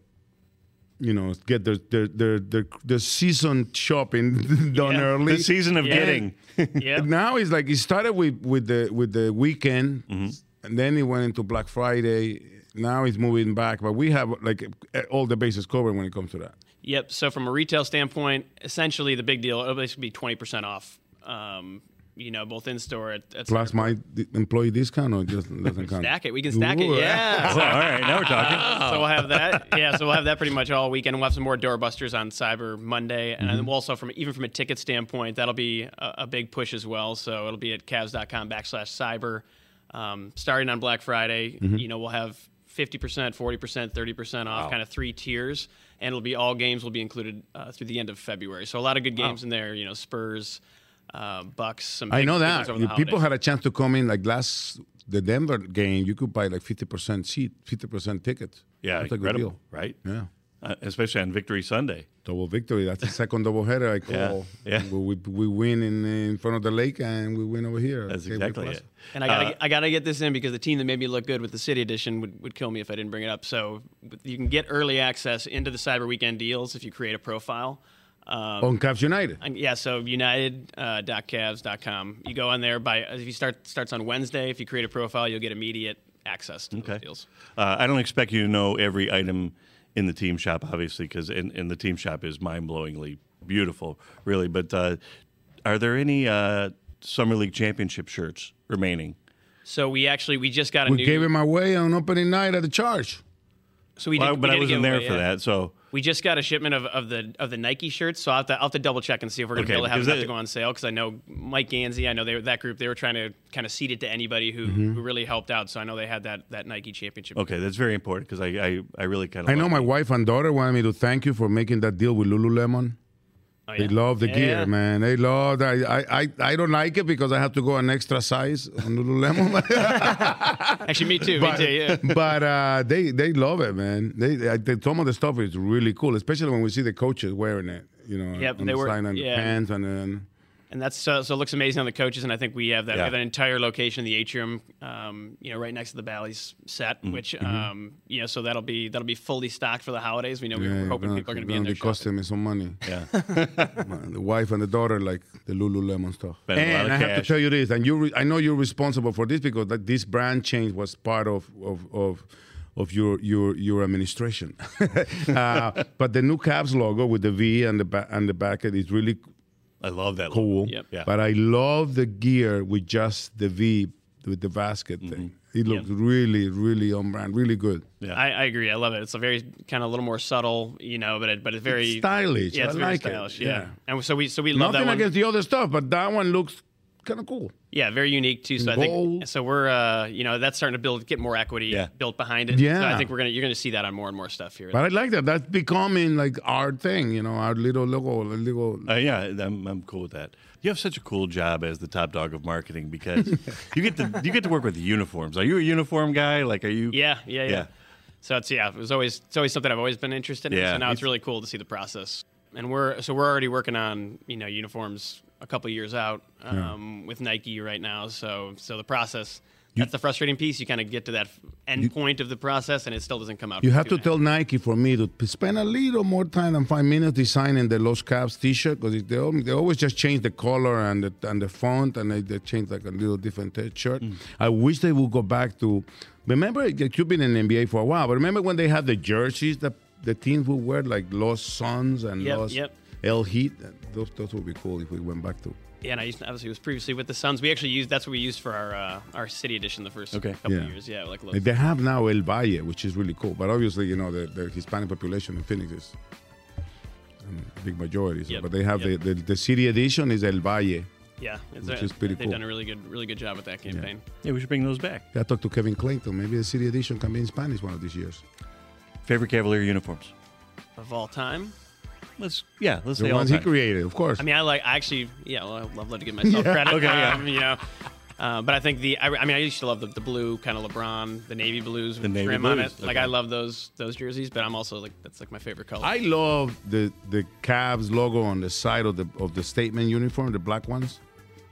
you know, get their their their their, their season shopping <laughs> done early. The season of getting. yeah. <laughs> Now it's like it started with with the with the weekend, and then it went into Black Friday. Now it's moving back, but we have like eh, all the bases covered when it comes to that. Yep. So from a retail standpoint, essentially the big deal, it'll basically be twenty percent off. Um, you know, both in store at, at Plus my d- employee discount or just doesn't count. Stack it. We can stack it. Ooh. Yeah. <laughs> All right, now <laughs> we're talking. Uh, so we'll have that. Yeah. So we'll have that pretty much all weekend. We'll have some more doorbusters on Cyber Monday, and then Mhm. we'll also from even from a ticket standpoint, that'll be a, a big push as well. So it'll be at Cavs.com backslash Cyber, um, starting on Black Friday. Mm-hmm. Mhm. You know, we'll have. 50%, 40%, 30% off, Wow. kind of three tiers. And it'll be all games will be included uh, through the end of February. So a lot of good games in there, you know, Spurs, uh, Bucks, some I big- know big ones that over the people holidays. had a chance to come in like last the Denver game. You could buy like fifty percent seat, fifty percent tickets. Yeah, that's a good incredible, deal. right? Yeah. Uh, especially on Victory Sunday. Double victory. That's the second doubleheader I Yeah, call. yeah. oh, We, we win in, in front of the lake and we win over here. That's And I Uh, gotta, I gotta get this in because the team that made me look good with the City Edition would, would kill me if I didn't bring it up. So you can get early access into the Cyber Weekend deals if you create a profile. Um, on Cavs United. and yeah, so uh, united.cavs.com. You go on there by if you start starts on Wednesday. If you create a profile, you'll get immediate access to those deals. Uh, I don't expect you to know every item in the team shop, obviously, because and, and the team shop is mind-blowingly beautiful, really. But uh, are there any uh, summer league championship shirts remaining? So we actually we just got a We new. gave him away on opening night at the charge. So we did, Well, we but did I a wasn't there giveaway, for yeah. that, so We just got a shipment of, of the of the Nike shirts, so I'll have to, I'll have to double check and see if we're going to Okay, be able to have because enough that- to go on sale. Because I know Mike Ganzi, I know they were, that group, they were trying to kind of seed it to anybody who, Mhm. Mm-hmm. who really helped out. So I know they had that that Nike championship. Oh, okay, that's very important because I, I I really kind of I know my wife and daughter wanted me to thank you for making that deal with Lululemon. Oh, They love the Yeah. gear, man. They love that. I, I, I don't like it because I have to go an extra size on Lululemon. <laughs> Actually, me too. but me too. Yeah. but uh, they they love it, man. They, they, they some of the stuff is really cool, especially when we see the coaches wearing it. You know, Yep, on they the were- sign and yeah. the pants and then. And that's so, so it looks amazing on the coaches, and I think we have that. We Yeah. have an entire location, the atrium, um, you know, right next to the Bally's set, Mm. which Mhm. um, you know, so that'll be that'll be fully stocked for the holidays. We know Yeah, we're hoping gonna- people are going to be in gonna there. costing me some money. <laughs> Yeah, the wife and the daughter like the Lululemon stuff. Spend a lot and of I have to cash. tell you this, and you, re- I know you're responsible for this because that this brand change was part of of of, of your your your administration. <laughs> uh, but the new Cavs logo with the V and the ba- and the back it is really. I love that. Cool. Yep. Yeah. But I love the gear with just the V with the basket thing. He looked really, really on brand, really good. Yeah. I, I agree. I love it. It's a very kind of a little more subtle, you know, but it, but it's very It's stylish. Yeah, it's I very like it. stylish. Yeah. Yeah. and so we so we love Nothing that one. against the other stuff, but that one looks kind of cool. Yeah, very unique too. So I think so we're uh, you know that's starting to build get more equity built behind it. So Yeah. I think we're gonna you're gonna see that on more and more stuff here. But I like that. That's becoming like our thing, you know, our little logo, our little. Uh, yeah, I'm, I'm cool with that. You have such a cool job as the top dog of marketing because you get to you get to work with uniforms. Are you a uniform guy? Like, are you? Yeah, yeah, yeah. Yeah. So it's yeah, it was always it's always something I've always been interested in. Yeah. So now it's really cool to see the process. And we're so we're already working on you know uniforms a couple years out Yeah. um, with Nike right now. So so the process. That's the frustrating piece. You kind of get to that f- end point of the process, and it still doesn't come out. You have to tell Nike for me to p- spend a little more time than five minutes designing the Los Caps T-shirt because they, al- they always just change the color and the, and the font and they, they change like a little different t- shirt. Mm. I wish they would go back to. Remember, like, you've been in the NBA for a while, but remember when they had the jerseys that the teams would wear, like Los Suns and Yep, Los yep. El Heat. Those those would be cool if we went back to. Yeah, and I used obviously was previously with the Suns. We actually used that's what we used for our uh, our city edition the first couple Yeah. years. Yeah, like Like, they have now El Valle, which is really cool. But obviously, you know, the, the Hispanic population in Phoenix is um, big majority. So, Yep, But they have yep. the, the, the city edition is El Valle. yeah, it's which a- is pretty they've cool. done a really good really good job with that campaign. Yeah, we should bring those back. I talked to Kevin Clayton. Maybe the city edition can be in Spanish one of these years. Favorite Cavalier uniforms? of all time. Let's yeah, let's The say ones all he time. created, of course. I mean, I like I actually yeah, well, I'd love, love to give myself <laughs> Yeah. credit. Okay, yeah. um, you know. Uh, but I think the I, I mean I used to love the, the blue kind of LeBron the navy blues with The navy trim on it blues, like okay. I love those those jerseys but I'm also like that's like my favorite color I love the the Cavs logo on the side of the of the statement uniform, the black ones,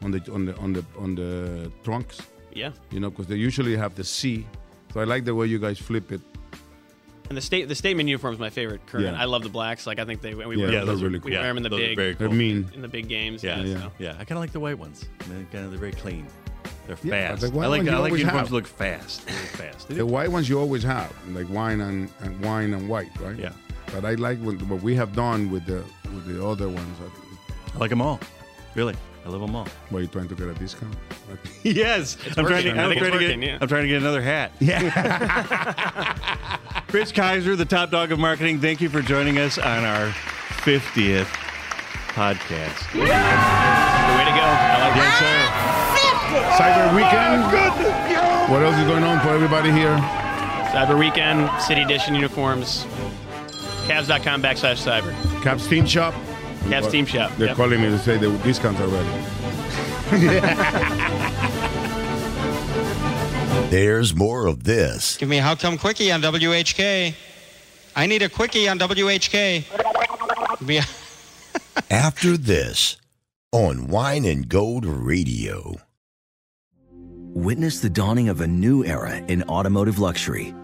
on the on the on the on the trunks. Yeah. You know, because they usually have the C. So I like the way you guys flip it. and the state the statement uniform is my favorite current Yeah. I love the blacks like I think they we Yeah, wear those them, are really we cool. wear them in the Those are big very cool. They're mean. in the big games Yeah, yeah, yeah. so. I kind of like the white ones. They're kind of they're very clean. They're Yeah, fast. the white I like ones you I like always uniforms have. look fast. They look fast. They The do. white ones you always have, like wine and, and wine and white, right? Yeah. But I like what, what we have done with the with the other ones. I like them all, really. I love them all. Were you trying to get a discount? yes, It's I'm working. trying to. I I'm think trying to get. it's working, yeah. I'm trying to get another hat. Yeah. <laughs> Chris Kaiser, the top dog of marketing. Thank you for joining us on our 50th podcast. The way to go. I like yes, <laughs> Cyber weekend. What else is going on for everybody here? Cyber weekend city edition uniforms Cavs.com backslash cyber Caps Team Shop. Cavs Team Shop, They're yep. calling me to say the discounts are ready. There's more of this. Give me a how come quickie on WHK. I need a quickie on WHK. Give me a- <laughs> After this, on Wine and Gold Radio. Witness the dawning of a new era in automotive luxury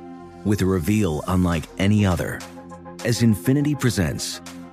with a reveal unlike any other as Infinity presents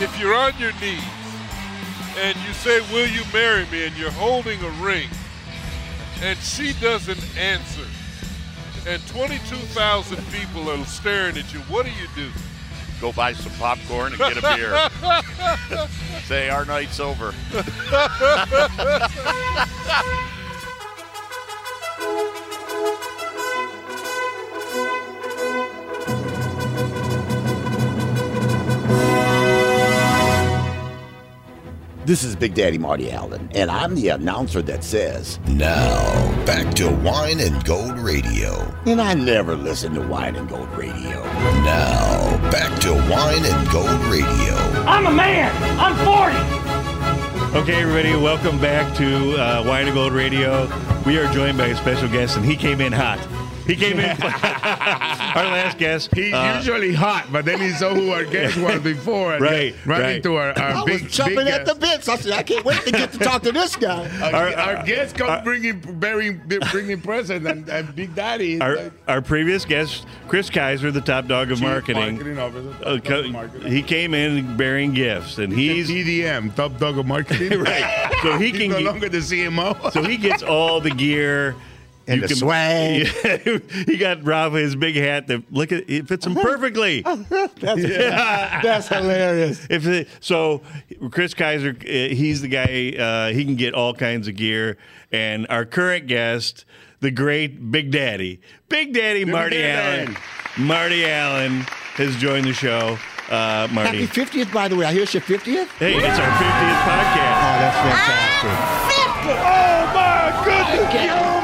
If you're on your knees and you say, Will you marry me? and you're holding a ring and she doesn't answer and 22,000 people are staring at you, what do you do? Go buy some popcorn and get a beer. Say our night's over. This is Big Daddy Marty Allen, and I'm the announcer that says, Now, back to Wine and Gold Radio. and I never listen to Wine and Gold Radio. Now, back to Wine and Gold Radio. I'm a man. I'm 40. Okay, everybody, welcome back to uh, Wine and Gold Radio. We are joined by a special guest, and he came in hot. He came <laughs> in. <laughs> our last guest. uh, He's usually hot, but then he saw who our guest <laughs> was before. and Right, Right right. into our, our I was big jumping big at the bits. I said, I can't wait to get to talk to this guy. Our, our guest Uh, comes bringing, bringing, bringing presents, and, and Big Daddy is Our, like our previous guest, Chris Kaiser, the top dog of chief marketing, marketing officer, top uh, dog co- of marketing. he came in bearing gifts, and he's EDM, top dog of <laughs> marketing. right. So he <laughs> He's can no get- longer the CMO. So he gets all the gear And the swag. Yeah, <laughs> he got Rob his big hat that look at it fits him perfectly. That's, that's hilarious. If it, so, Chris Kaiser, uh, he's the guy. Uh, he can get all kinds of gear. And our current guest, the great Big Daddy, Big Daddy Marty Allen, Marty Allen has joined the show. Uh, Happy Marty, 50th, by the way. I hear it's your 50th. hey, it's our 50th podcast. Oh, that's fantastic. Oh my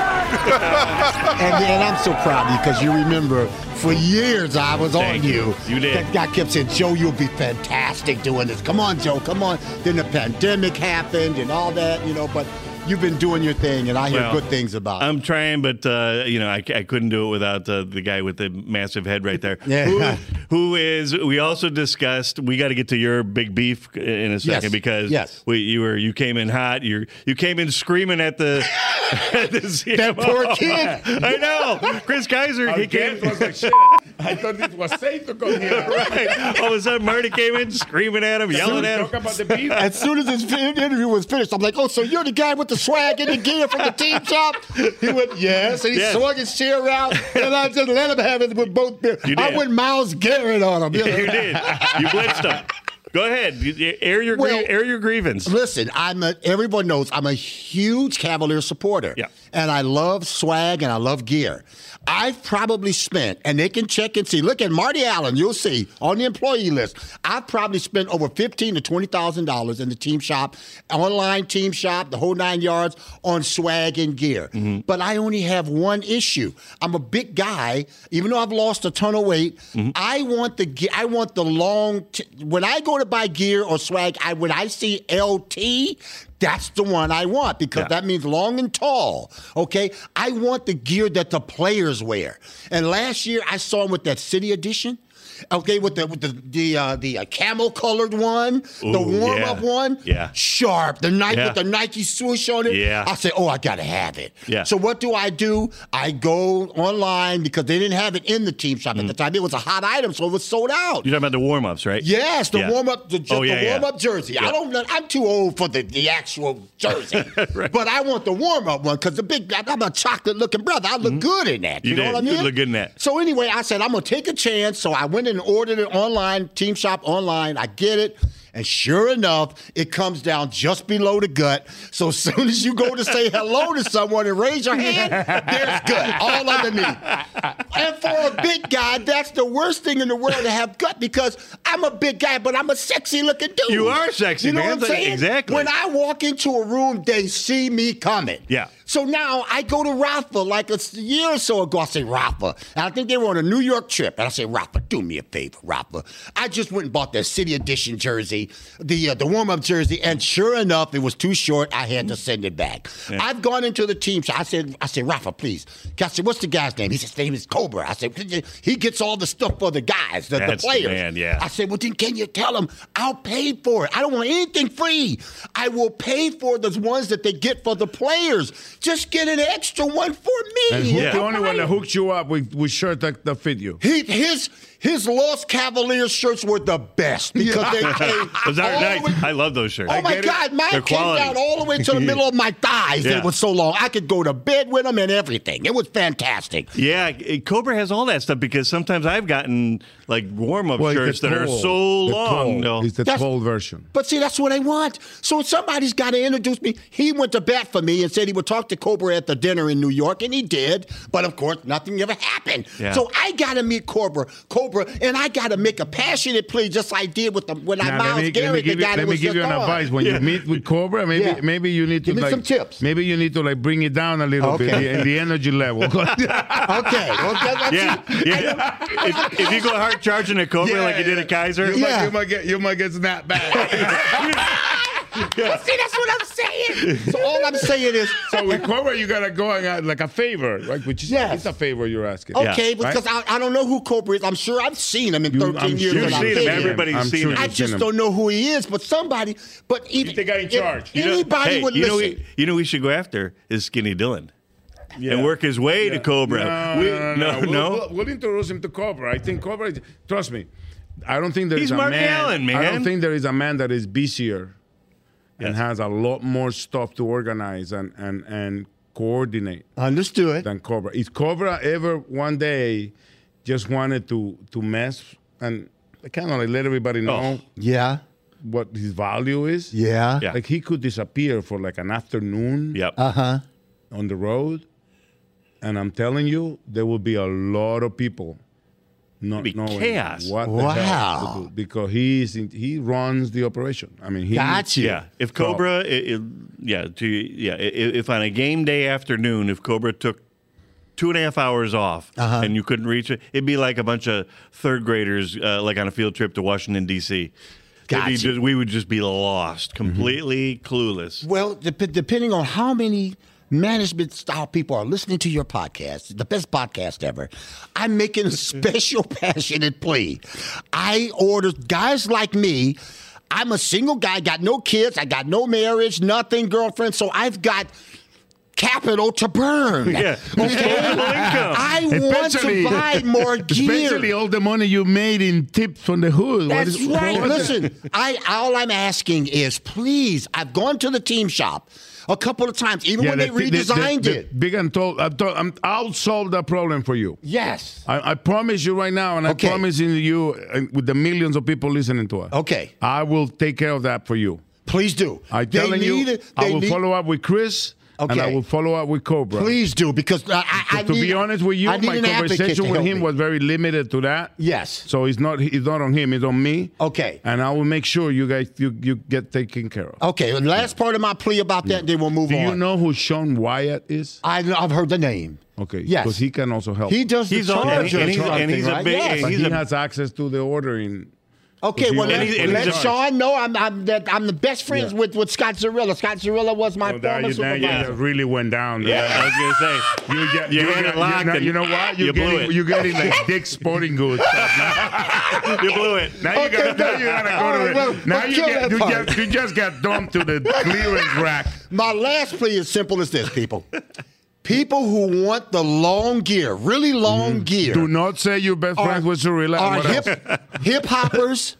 goodness. and, and I'm so proud of you because you remember for years I was Thank on you. you. You did. That guy kept saying, Joe, you'll be fantastic doing this. Come on, Joe, come on. Then the pandemic happened and all that, you know, but you've been doing your thing and I hear Well, good things about it. I'm trying, but uh, you know, I, I couldn't do it without uh, the guy with the massive head right there. <laughs> Yeah. Who, who is? We also discussed. We got to get to your big beef in a second because yes. we, you were you came in hot. You you came in screaming at the. <laughs> at the <laughs> That CMO. poor kid. <laughs> I know. Chris Kaiser. Our he came. guest <laughs> was like, shit, I thought it was safe to come <laughs> here. right. All of a sudden, Marty came in screaming at him, yelling at him. Talk about the beef. As soon as his fi- interview was finished, I'm like, "Oh, so you're the guy with the swag and the gear from the team shop?" He went, "Yes," and he Yes. swung his chair out, and I just let him have it with both. beer. You I did. went Miles Garrett on him. you you know? did. You blitzed him. Go ahead. You- you- Air your Well- grie- air your grievance. Listen, I'm a, everyone knows I'm a huge Cavalier supporter. Yeah. And I love swag and I love gear. I've probably spent, and they can check and see. Look at Marty Allen, you'll see on the employee list. I've probably spent over fifteen to twenty thousand dollars in the team shop, online team shop, the whole nine yards on swag and gear. But I only have one issue. I'm a big guy, even though I've lost a ton of weight. I want the ge- I want the long. T- when I go to buy gear or swag, I when I see LT, that's the one I want because that means long and tall. Okay, I want the gear that the players wear. And last year I saw him with that City Edition. Okay, with the with the the uh, the uh, camel colored one, the Ooh, warm up yeah. one, Yeah. sharp. The Nike Yeah. with the Nike swoosh on it. Yeah. I say, oh, I gotta have it. Yeah. So what do I do? I go online because they didn't have it in the team shop at the time. It was a hot item, so it was sold out. Mm-hmm. You're talking about the warm ups, right? Yes, the Yeah. warm up, the, Oh, yeah, the yeah. warm up jersey. Yeah. I don't. know- I'm too old for the, the actual <laughs> jersey, but I want the warm up one because the big. I'm a chocolate looking brother. I Mm-hmm. look good in that. You, You know did. what I You mean? look good in that. So anyway, I said I'm gonna take a chance. So I went and ordered it online, Team Shop online. I get it. And sure enough, it comes down just below the gut. So as soon as you go to say hello to someone and raise your hand, there's gut all underneath. And for a big guy, that's the worst thing in the world to have gut because I'm a big guy, but I'm a sexy looking dude. You are sexy, You know man. what I'm Like, saying? exactly. When I walk into a room, they see me coming. Yeah. So now I go to Rafa like a s- year or so ago. I say, Rafa. And I think they were on a New York trip. And I say, Rafa, do me a favor, Rafa. I just went and bought that City Edition jersey, the uh, the warm up jersey. And sure enough, it was too short. I had to send it back. I've gone into the team. So I said, I said, Rafa, please. I said, what's the guy's name? He said, his name is Cobra. I said, he gets all the stuff for the guys, the, the That's the players. man, yeah. I said, well, then can you tell them I'll pay for it? I don't want anything free. I will pay for the ones that they get for the players. Just get an extra one for me. And who's It's the only all one right. that hooked you up with, with shirt that, that fit you? He, his his Lost Cavaliers shirts were the best because <laughs> they came Those are all nice. the way- I love those shirts. Oh my God, mine They're came quality. down all the <laughs> way to the middle of my thighs. Yeah. It was so long. I could go to bed with them and everything. It was fantastic. Yeah, it- Cobra has all that stuff because sometimes I've gotten like warm up Well, it's shirts the that are tall. so The long. tall. though. It's the That's- tall version. But see, that's what I want. So somebody's got to introduce me. He went to bat for me and said he would talk to Cobra at the dinner in New York, and he did. But of course, nothing ever happened. Yeah. So I got to meet Cobra. Cobra Cobra, and I got to make a passionate plea just like I did with the, when I Now, Miles Garrett, the give you, guy that let me was give just you an on. advice. When Yeah. you meet with Cobra, maybe Yeah. maybe you need to Give me like, some tips. Maybe you need to like bring it down a little bit Okay. the- and the energy <laughs> level. <laughs> <laughs> okay. Well, that's Yeah, yeah. if, if you go hard charging a Cobra like you did at Kaiser, You, might, you might get you might get snapped back. <laughs> <laughs> Well, see, that's what I'm saying. So all I'm saying <laughs> is, so with Cobra you gotta go and uh, like a favor, right? Which is it's a favor you're asking. Okay, Right? because I, I don't know who Cobra is. I'm sure I've seen him in 13 I'm years. sure that you've I've seen him. been here. Everybody's I'm seen sure him. I you've just seen don't know who he is, but somebody. But even the guy in charge. You know- Anybody hey, would you know, listen. we- you know, we should go after is Skinny Dylan, and work his way to Cobra. We- no, no, no. We'll, we'll- we'll introduce him to Cobra. I think Cobra. Is, trust me, I don't think there is He's a Marty man. Allen, I man. don't think there is a man that is busier and has a lot more stuff to organize and and and coordinate. Understood. Than Cobra. If Cobra ever one day just wanted to to mess and kind of like let everybody know. Yeah. What his value is? Yeah. Oh. Yeah. Like he could disappear for like an afternoon. Yep. Uh huh. On the road, and I'm telling you, there will be a lot of people not It'll be knowing chaos. what the Wow. hell to do because he's in, he runs the operation. I mean, he Yeah, if So- Cobra, i i- yeah, to, yeah, i- i- if on a game day afternoon, if Cobra took two and a half hours off Uh-huh. and you couldn't reach it, it'd be like a bunch of third graders, uh, like on a field trip to Washington D.C. They'd be Gotcha. just- we would just be lost, completely <laughs> clueless. Well, dep- depending on how many management style people are listening to your podcast, the best podcast ever, I'm making a special passionate plea. I order guys like me. I'm a single guy, got no kids, I got no marriage, nothing, girlfriend. So I've got capital to burn. Yeah. Okay? I want to buy more gear. Especially all the money you made in tips from the hood. What That's is- right. what is it? Listen, I all I'm asking is please. I've gone to the team shop a couple of times, even when they the- the- the- redesigned the it. Big and told, I'm told, I'm, I'll solve that problem for you. Yes. I, I promise you right now, and Okay. I promise you uh, with the millions of people listening to us. Okay. I will take care of that for you. Please do. I'm They telling need you, it. I They will need- follow up with Chris, and I Okay. will follow up with Cobra. Please do because I, I, I to need, be honest with you, I need my an advocate to conversation with help him me. was very limited to that. Yes. So it's not it's not on him, it's on me. Okay. Oh, And I will make sure you guys you, you get taken care of. Okay, and last part of my plea about that, then we'll move Do on. you know who Sean Wyatt is? I, I've heard the name. Okay. Yes. Because he can also help. He does the He's on- charge and- and or he's- something, and he's a right? big- Yes. and But he's he a- has access to the ordering. Okay, He well, was- let, And he- and let he's a- Sean know I'm I'm, that I'm the best friends with, with Scott Zarilla. Scott Zarilla was my Now former you, now you supervisor. really went down. Yeah, I was gonna say you <laughs> get you you, had it get, locked you, know, and you know what you you're blew getting it. you're <laughs> getting like Dick's Sporting Goods. you blew it. Now you Okay, gotta now you now- gotta all go to right, the well, now well, you kill get that you part. just, you just got dumped to the <laughs> clearance rack. My last plea is simple as this, <laughs> people. People who want the long gear, really long gear. Mm. Do not say you're best are- friends with Cirilla. and Are what else? hip, <laughs> hip hoppers,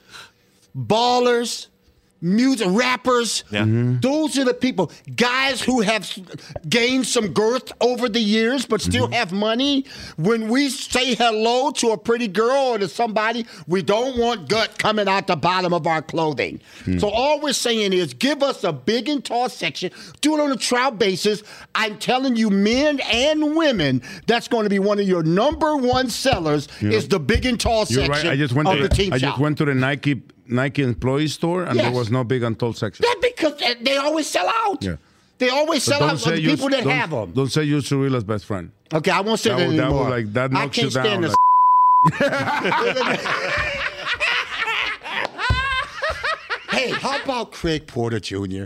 ballers, music rappers. Mm-hmm. Yeah. Mhm. Those are the people. Guys who have s- gained some girth over the years but still Mm-hmm. have money. When we say hello to a pretty girl or to somebody, we don't want gut coming out the bottom of our clothing. Hmm. So all we're saying is give us a big and tall section. Do it on a trial basis. I'm telling you, men and women, that's going to be one of your number one sellers Yeah. is the big and tall You're section right. I just went of to the, team I shop. just went to the Nike Nike employee store and there Yes. was no big and tall section. that because they- they always sell out. Yeah. They always But sell don't out say on the you- people that don't- have them. Don't say you're Cirilla's best friend. Okay, I won't say that, That would- that would, anymore. like, that I knocks can't you down, stand like- this. hey, how about Craig Porter Jr.?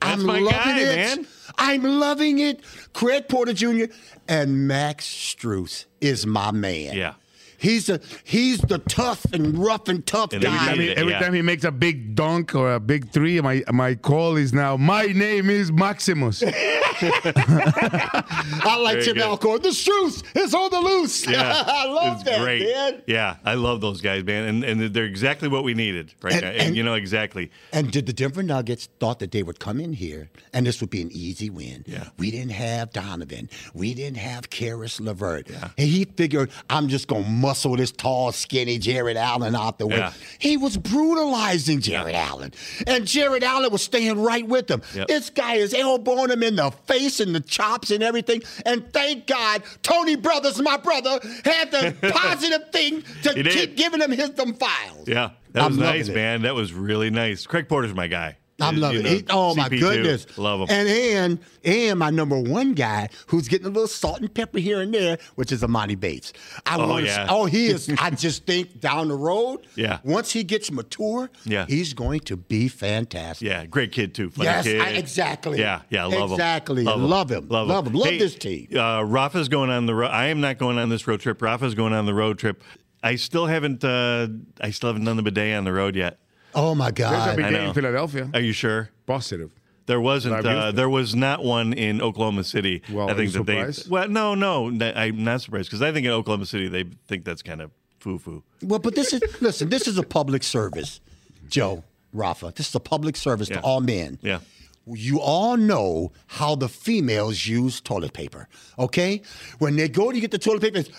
I'm my loving guy, it. man. I'm loving it. Craig Porter Jr. and Max Struess is my man. Yeah. He's a he's the tough and rough and tough Every, guy. time he, every time he makes a big dunk or a big three, my my call is now. My name is <laughs> Maximus. I like Very Tim good. Alcorn. The truth is on the loose. Yeah, <laughs> I love it's that, great. man. Yeah, I love those guys, man, and and they're exactly what we needed right now. And, you know exactly. And did the Denver Nuggets thought that they would come in here and this would be an easy win? Yeah. We didn't have Donovan. We didn't have Karis LeVert. And he figured, I'm just going to muscle this tall, skinny Jared Allen out the way. Yeah. He was brutalizing Jared Allen. And Jared Allen was staying right with him. Yep. This guy is elbowing him in the face and the chops and everything. And thank God, Tony Brothers, my brother, had <laughs> the positive thing to He did. keep giving him his them files. Yeah, that was I'm loving nice, it. man. That was really nice. Craig Porter's my guy. I'm You loving it. know, He- oh my CP2, goodness, love him. And and and my number one guy, who's getting a little salt and pepper here and there, which is Amani Bates. I Oh, want. yeah. Oh, he <laughs> is. I just think down the road. Yeah. Once he gets mature, Yeah. he's going to be fantastic. yeah, great kid too. Funny Yes, kid. I- exactly. Yeah, yeah, love Exactly. him. Love him. Love him. Love him. Love Hey, this team. Uh, Rafa's going on the road. I am not going on this road trip. Rafa's going on the road trip. I still haven't. Uh, I still haven't done the bidet on the road yet. Oh my There's a God. big I day in know. Philadelphia. Are you sure? Positive. There wasn't. I've Uh, used it. there was not one in Oklahoma City. Well, I are think you that surprised? they. Well, no, no, that- I'm not surprised because I think in Oklahoma City they think that's kind of foo-foo. Well, but this is listen. This is a public service, Joe Rafa. This is a public service to all men. Yeah. you all know how the females use toilet paper. Okay, when they go to get the toilet paper, it's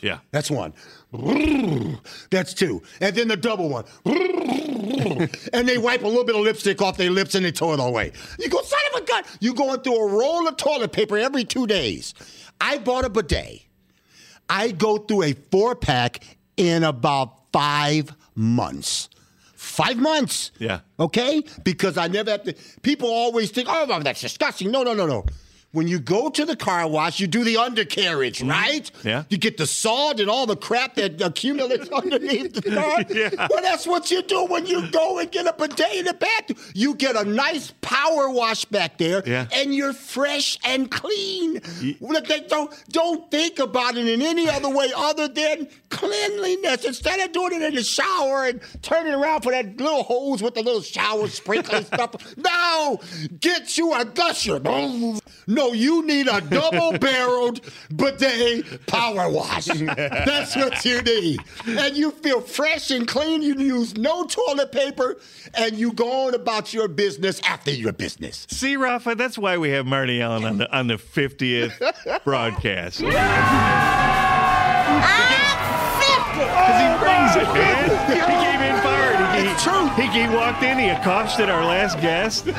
Yeah. that's one. That's two, and then the double one. and they wipe a little bit of lipstick off their lips and they throw it away. You go, son of a gun! You going through a roll of toilet paper every two days. I bought a bidet. I go through a four pack in about five months. Five months. Yeah. Okay? Because I never have to. People always think, oh, well, that's disgusting. No, no, no, no. When you go to the car wash, you do the undercarriage, right? Yeah. You get the sod and all the crap that accumulates <laughs> underneath the car. Well, that's what you do when you go and get a bidet in the bathroom. You get a nice power wash back there, Yeah. and you're fresh and clean. Look, they don't don't think about it in any other way other than cleanliness. Instead of doing it in the shower and turning around for that little hose with the little shower sprinkler stuff, no, get you a gusher. No, you need a double-barreled bidet power wash. That's what you need, and you feel fresh and clean. You use no toilet paper, and you go on about your business after your business. See, Rafa, that's why we have Marty Allen on the on the <laughs> fiftieth broadcast. Because he brings it, man. He came in fired. He, Oh, it's true. He, he walked in. He accosted our last guest. <laughs>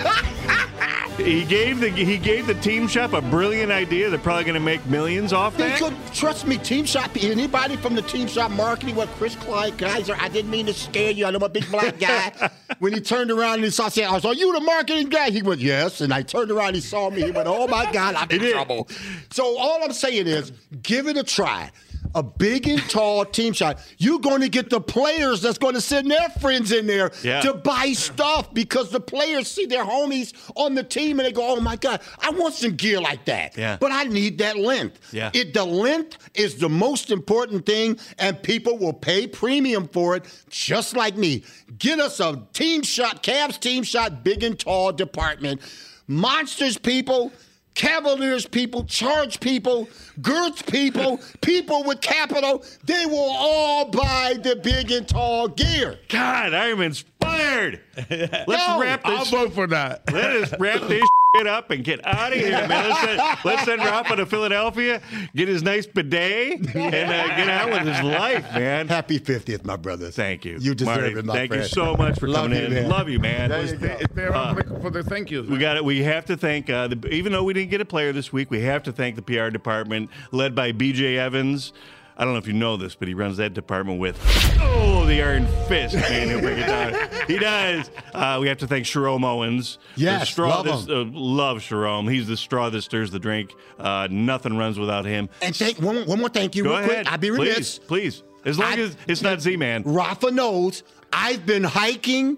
He gave the he gave the team shop a brilliant idea. They're probably going to make millions off They that. could trust me, Team Shop. Anybody from the Team Shop marketing, what Chris Clyde Kaiser? I didn't mean to scare you. I know I'm a big <laughs> black guy. when he turned around and he saw, I said, "Are you the marketing guy?" He went, "Yes." And I turned around, he saw me. He went, "Oh my God, I'm in trouble." So all I'm saying is, give it a try. A big and tall team shot. You're going to get the players that's going to send their friends in there Yeah. to buy stuff because the players see their homies on the team and they go, "Oh my God, I want some gear like that." Yeah. But I need that length. Yeah. It the length is the most important thing, and people will pay premium for it, just like me. Get us a team shot, Cavs team shot, big and tall department. Monsters people, Cavaliers people, Charge people, Girth people, people with capital, they will all buy the big and tall gear. God, I'm <laughs> inspired. Let's No, wrap this. I'll vote for <laughs> that. Let us wrap <laughs> this shit up and get out of here, man. Let's send, let's send Rafa to Philadelphia, get his nice bidet, and uh, get out with his life, man. Happy 50th, my brother. Thank you. You deserve Marty, it, my Thank you friend. so much for <laughs> Love coming you, in. man. Love you, man. There you go. Is there Uh, a- for the thank yous? We got it. We have to thank, uh, the, even though we didn't get a player this week, we have to thank the PR department led by BJ Evans. I don't know if you know this, but he runs that department with oh the iron fist, man. He'll break it down. He does. Uh, we have to thank Sharom Owens. The Yes, straw love that- uh, love Sharom. He's the straw that stirs the drink. Uh, nothing runs without him. And thank one, one more thank you, Go real ahead, quick. I'd be please, remiss. Please, as long as it's not Z Man. Rafa knows I've been hiking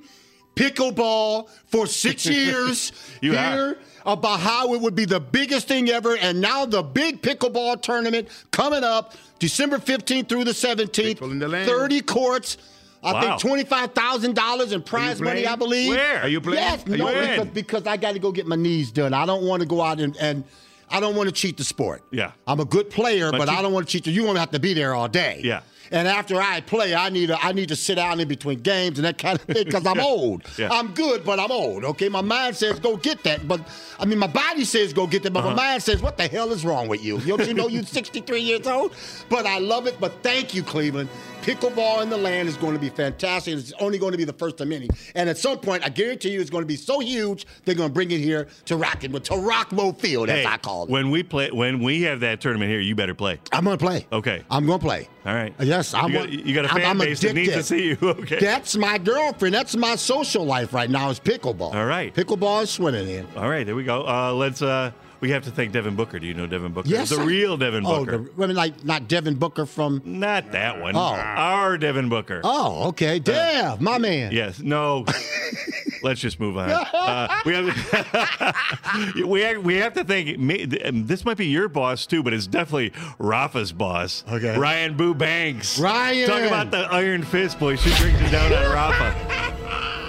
pickleball for <laughs> six years You have. here about how it would be the biggest thing ever. And now the big pickleball tournament coming up December 15th through the 17th. 30 courts. I Wow. think $25,000 in prize money, playing? I believe. Where? Are you playing? Yes, Are you no, playing? because, because I got to go get my knees done. I don't want to go out and, and I don't want to cheat the sport. Yeah. I'm a good player, But but, you- I don't want to cheat you. You won't have to be there all day. Yeah. And after I play, I need a, I need to sit down in between games and that kind of thing because I'm old. <laughs> Yeah. I'm good, but I'm old. Okay, my mind says go get that, but I mean my body says go get that, but Uh-huh. my mind says what the hell is wrong with you? Don't you <laughs> know you're 63 years old? But I love it. But thank you, Cleveland. Pickleball in the land is going to be fantastic. It's only going to be the first of many. And at some point, I guarantee you, it's going to be so huge they're going to bring it here to Rocket, to Rockmo Field, Hey, as I call it. When we play, when we have that tournament here, you better play. I'm gonna play. Okay. I'm gonna play. All right. Uh, Yes, I'm. You got, you got a I'm- fan I'm base that needs to addicted. see you. <laughs> Okay. That's my girlfriend. That's my social life right now is pickleball. All right. Pickleball is swimming in. All right, there we go. Uh, let's. Uh, we have to thank Devin Booker. Do you know Devin Booker? Yes. the I- real Devin oh, Booker. the- I mean, like not Devin Booker from. Not that one. Oh. Our Devin Booker. Oh, Uh, okay. Dev, my man. Yes. No. Let's just move on. Uh, we have we have, we have to <laughs> think. may- um, This might be your boss too, but it's definitely Rafa's boss. Okay. Ryan Boo Banks. Ryan. Talk about the iron fist, boy. She brings it down on Rafa.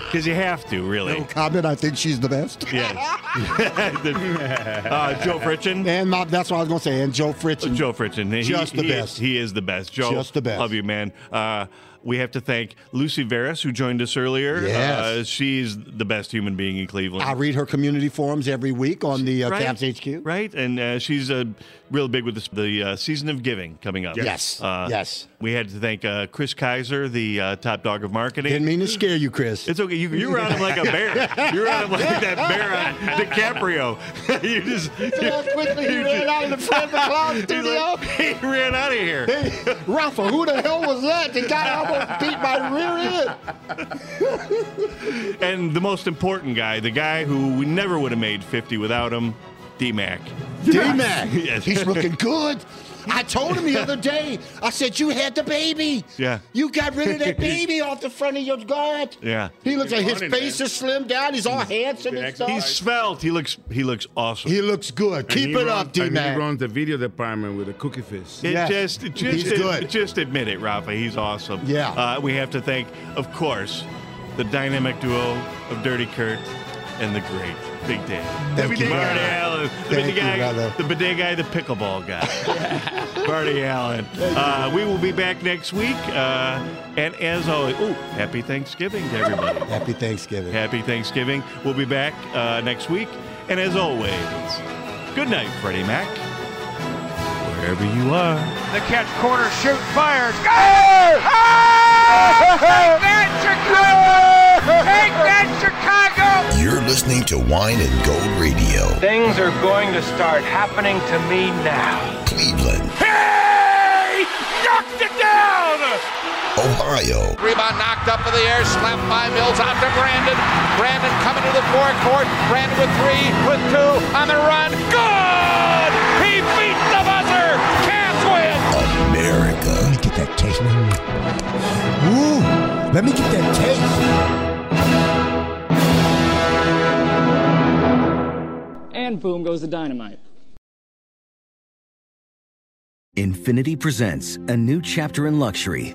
Because you have to, really. No comment. I think she's the best. Yes. <laughs> uh, Joe Fritchin. And my, that's what I was gonna say. And Joe Fritchin. Oh, Joe Fritchin. He- Just the he best. Is, he is the best. Joe, Just the best. Love you, man. Uh, we have to thank Lucy Veras, who joined us earlier. Yes. Uh, she's the best human being in Cleveland. I read her community forums every week on the uh, Right. Caps HQ. Right, and uh, she's uh, real big with this, the uh, season of giving coming up. Yes. uh, Yes. We had to thank uh, Chris Kaiser, the uh, top dog of marketing. Didn't mean to scare you, Chris. <laughs> It's okay. You, you're on him like a bear. You're on him like that bear on DiCaprio. <laughs> you just quickly he ran out of the front of <laughs> the cloud studio. he ran out of here. Hey, Rafa, who the hell was that? The guy almost beat my rear end. and the most important guy, the guy who we never would have made 50 without him, D Mac. D Mac. Yes. He's looking good. I told him the other day, I said, You had the baby. Yeah. You got rid of that baby off the front of your guard. Yeah. He looks like his running, face is slimmed down. He's all handsome and stuff. He's svelte. He looks he looks awesome. He looks good. And he runs- and He runs the video department with a cookie fist. It just, it just, He's it- good. just admit it, Rafa. He's awesome. Yeah. Uh, we have to thank, of course, the dynamic duo of Dirty Kurt and the great Big Dan. Thank Big you, Dan Barney brother. Allen, the Thank bidet you, guy, brother. the bidet guy, the pickleball guy, <laughs> Barney Allen. Uh, we will be back next week, uh, and as always, ooh, happy Thanksgiving to everybody. Happy Thanksgiving. Happy Thanksgiving. We'll be back uh, next week, and as always, good night, Freddie Mac, wherever you are. The catch, corner, shoot, fires. Go! Take that, Chicago! Take that, Chicago! You're listening to Wine and Gold Radio, Things are going to start happening to me now. Cleveland, Hey! Knocked it down! Ohio, Rebound knocked up in the air, slapped by Mills out to Brandon. Brandon coming to the forecourt. Brandon with three, with two, on the run. Good! He beat the buzzer! Cavs win! America. Let me get that taste. Ooh, let me get that taste. And boom goes the dynamite. Infinity presents a new chapter in luxury,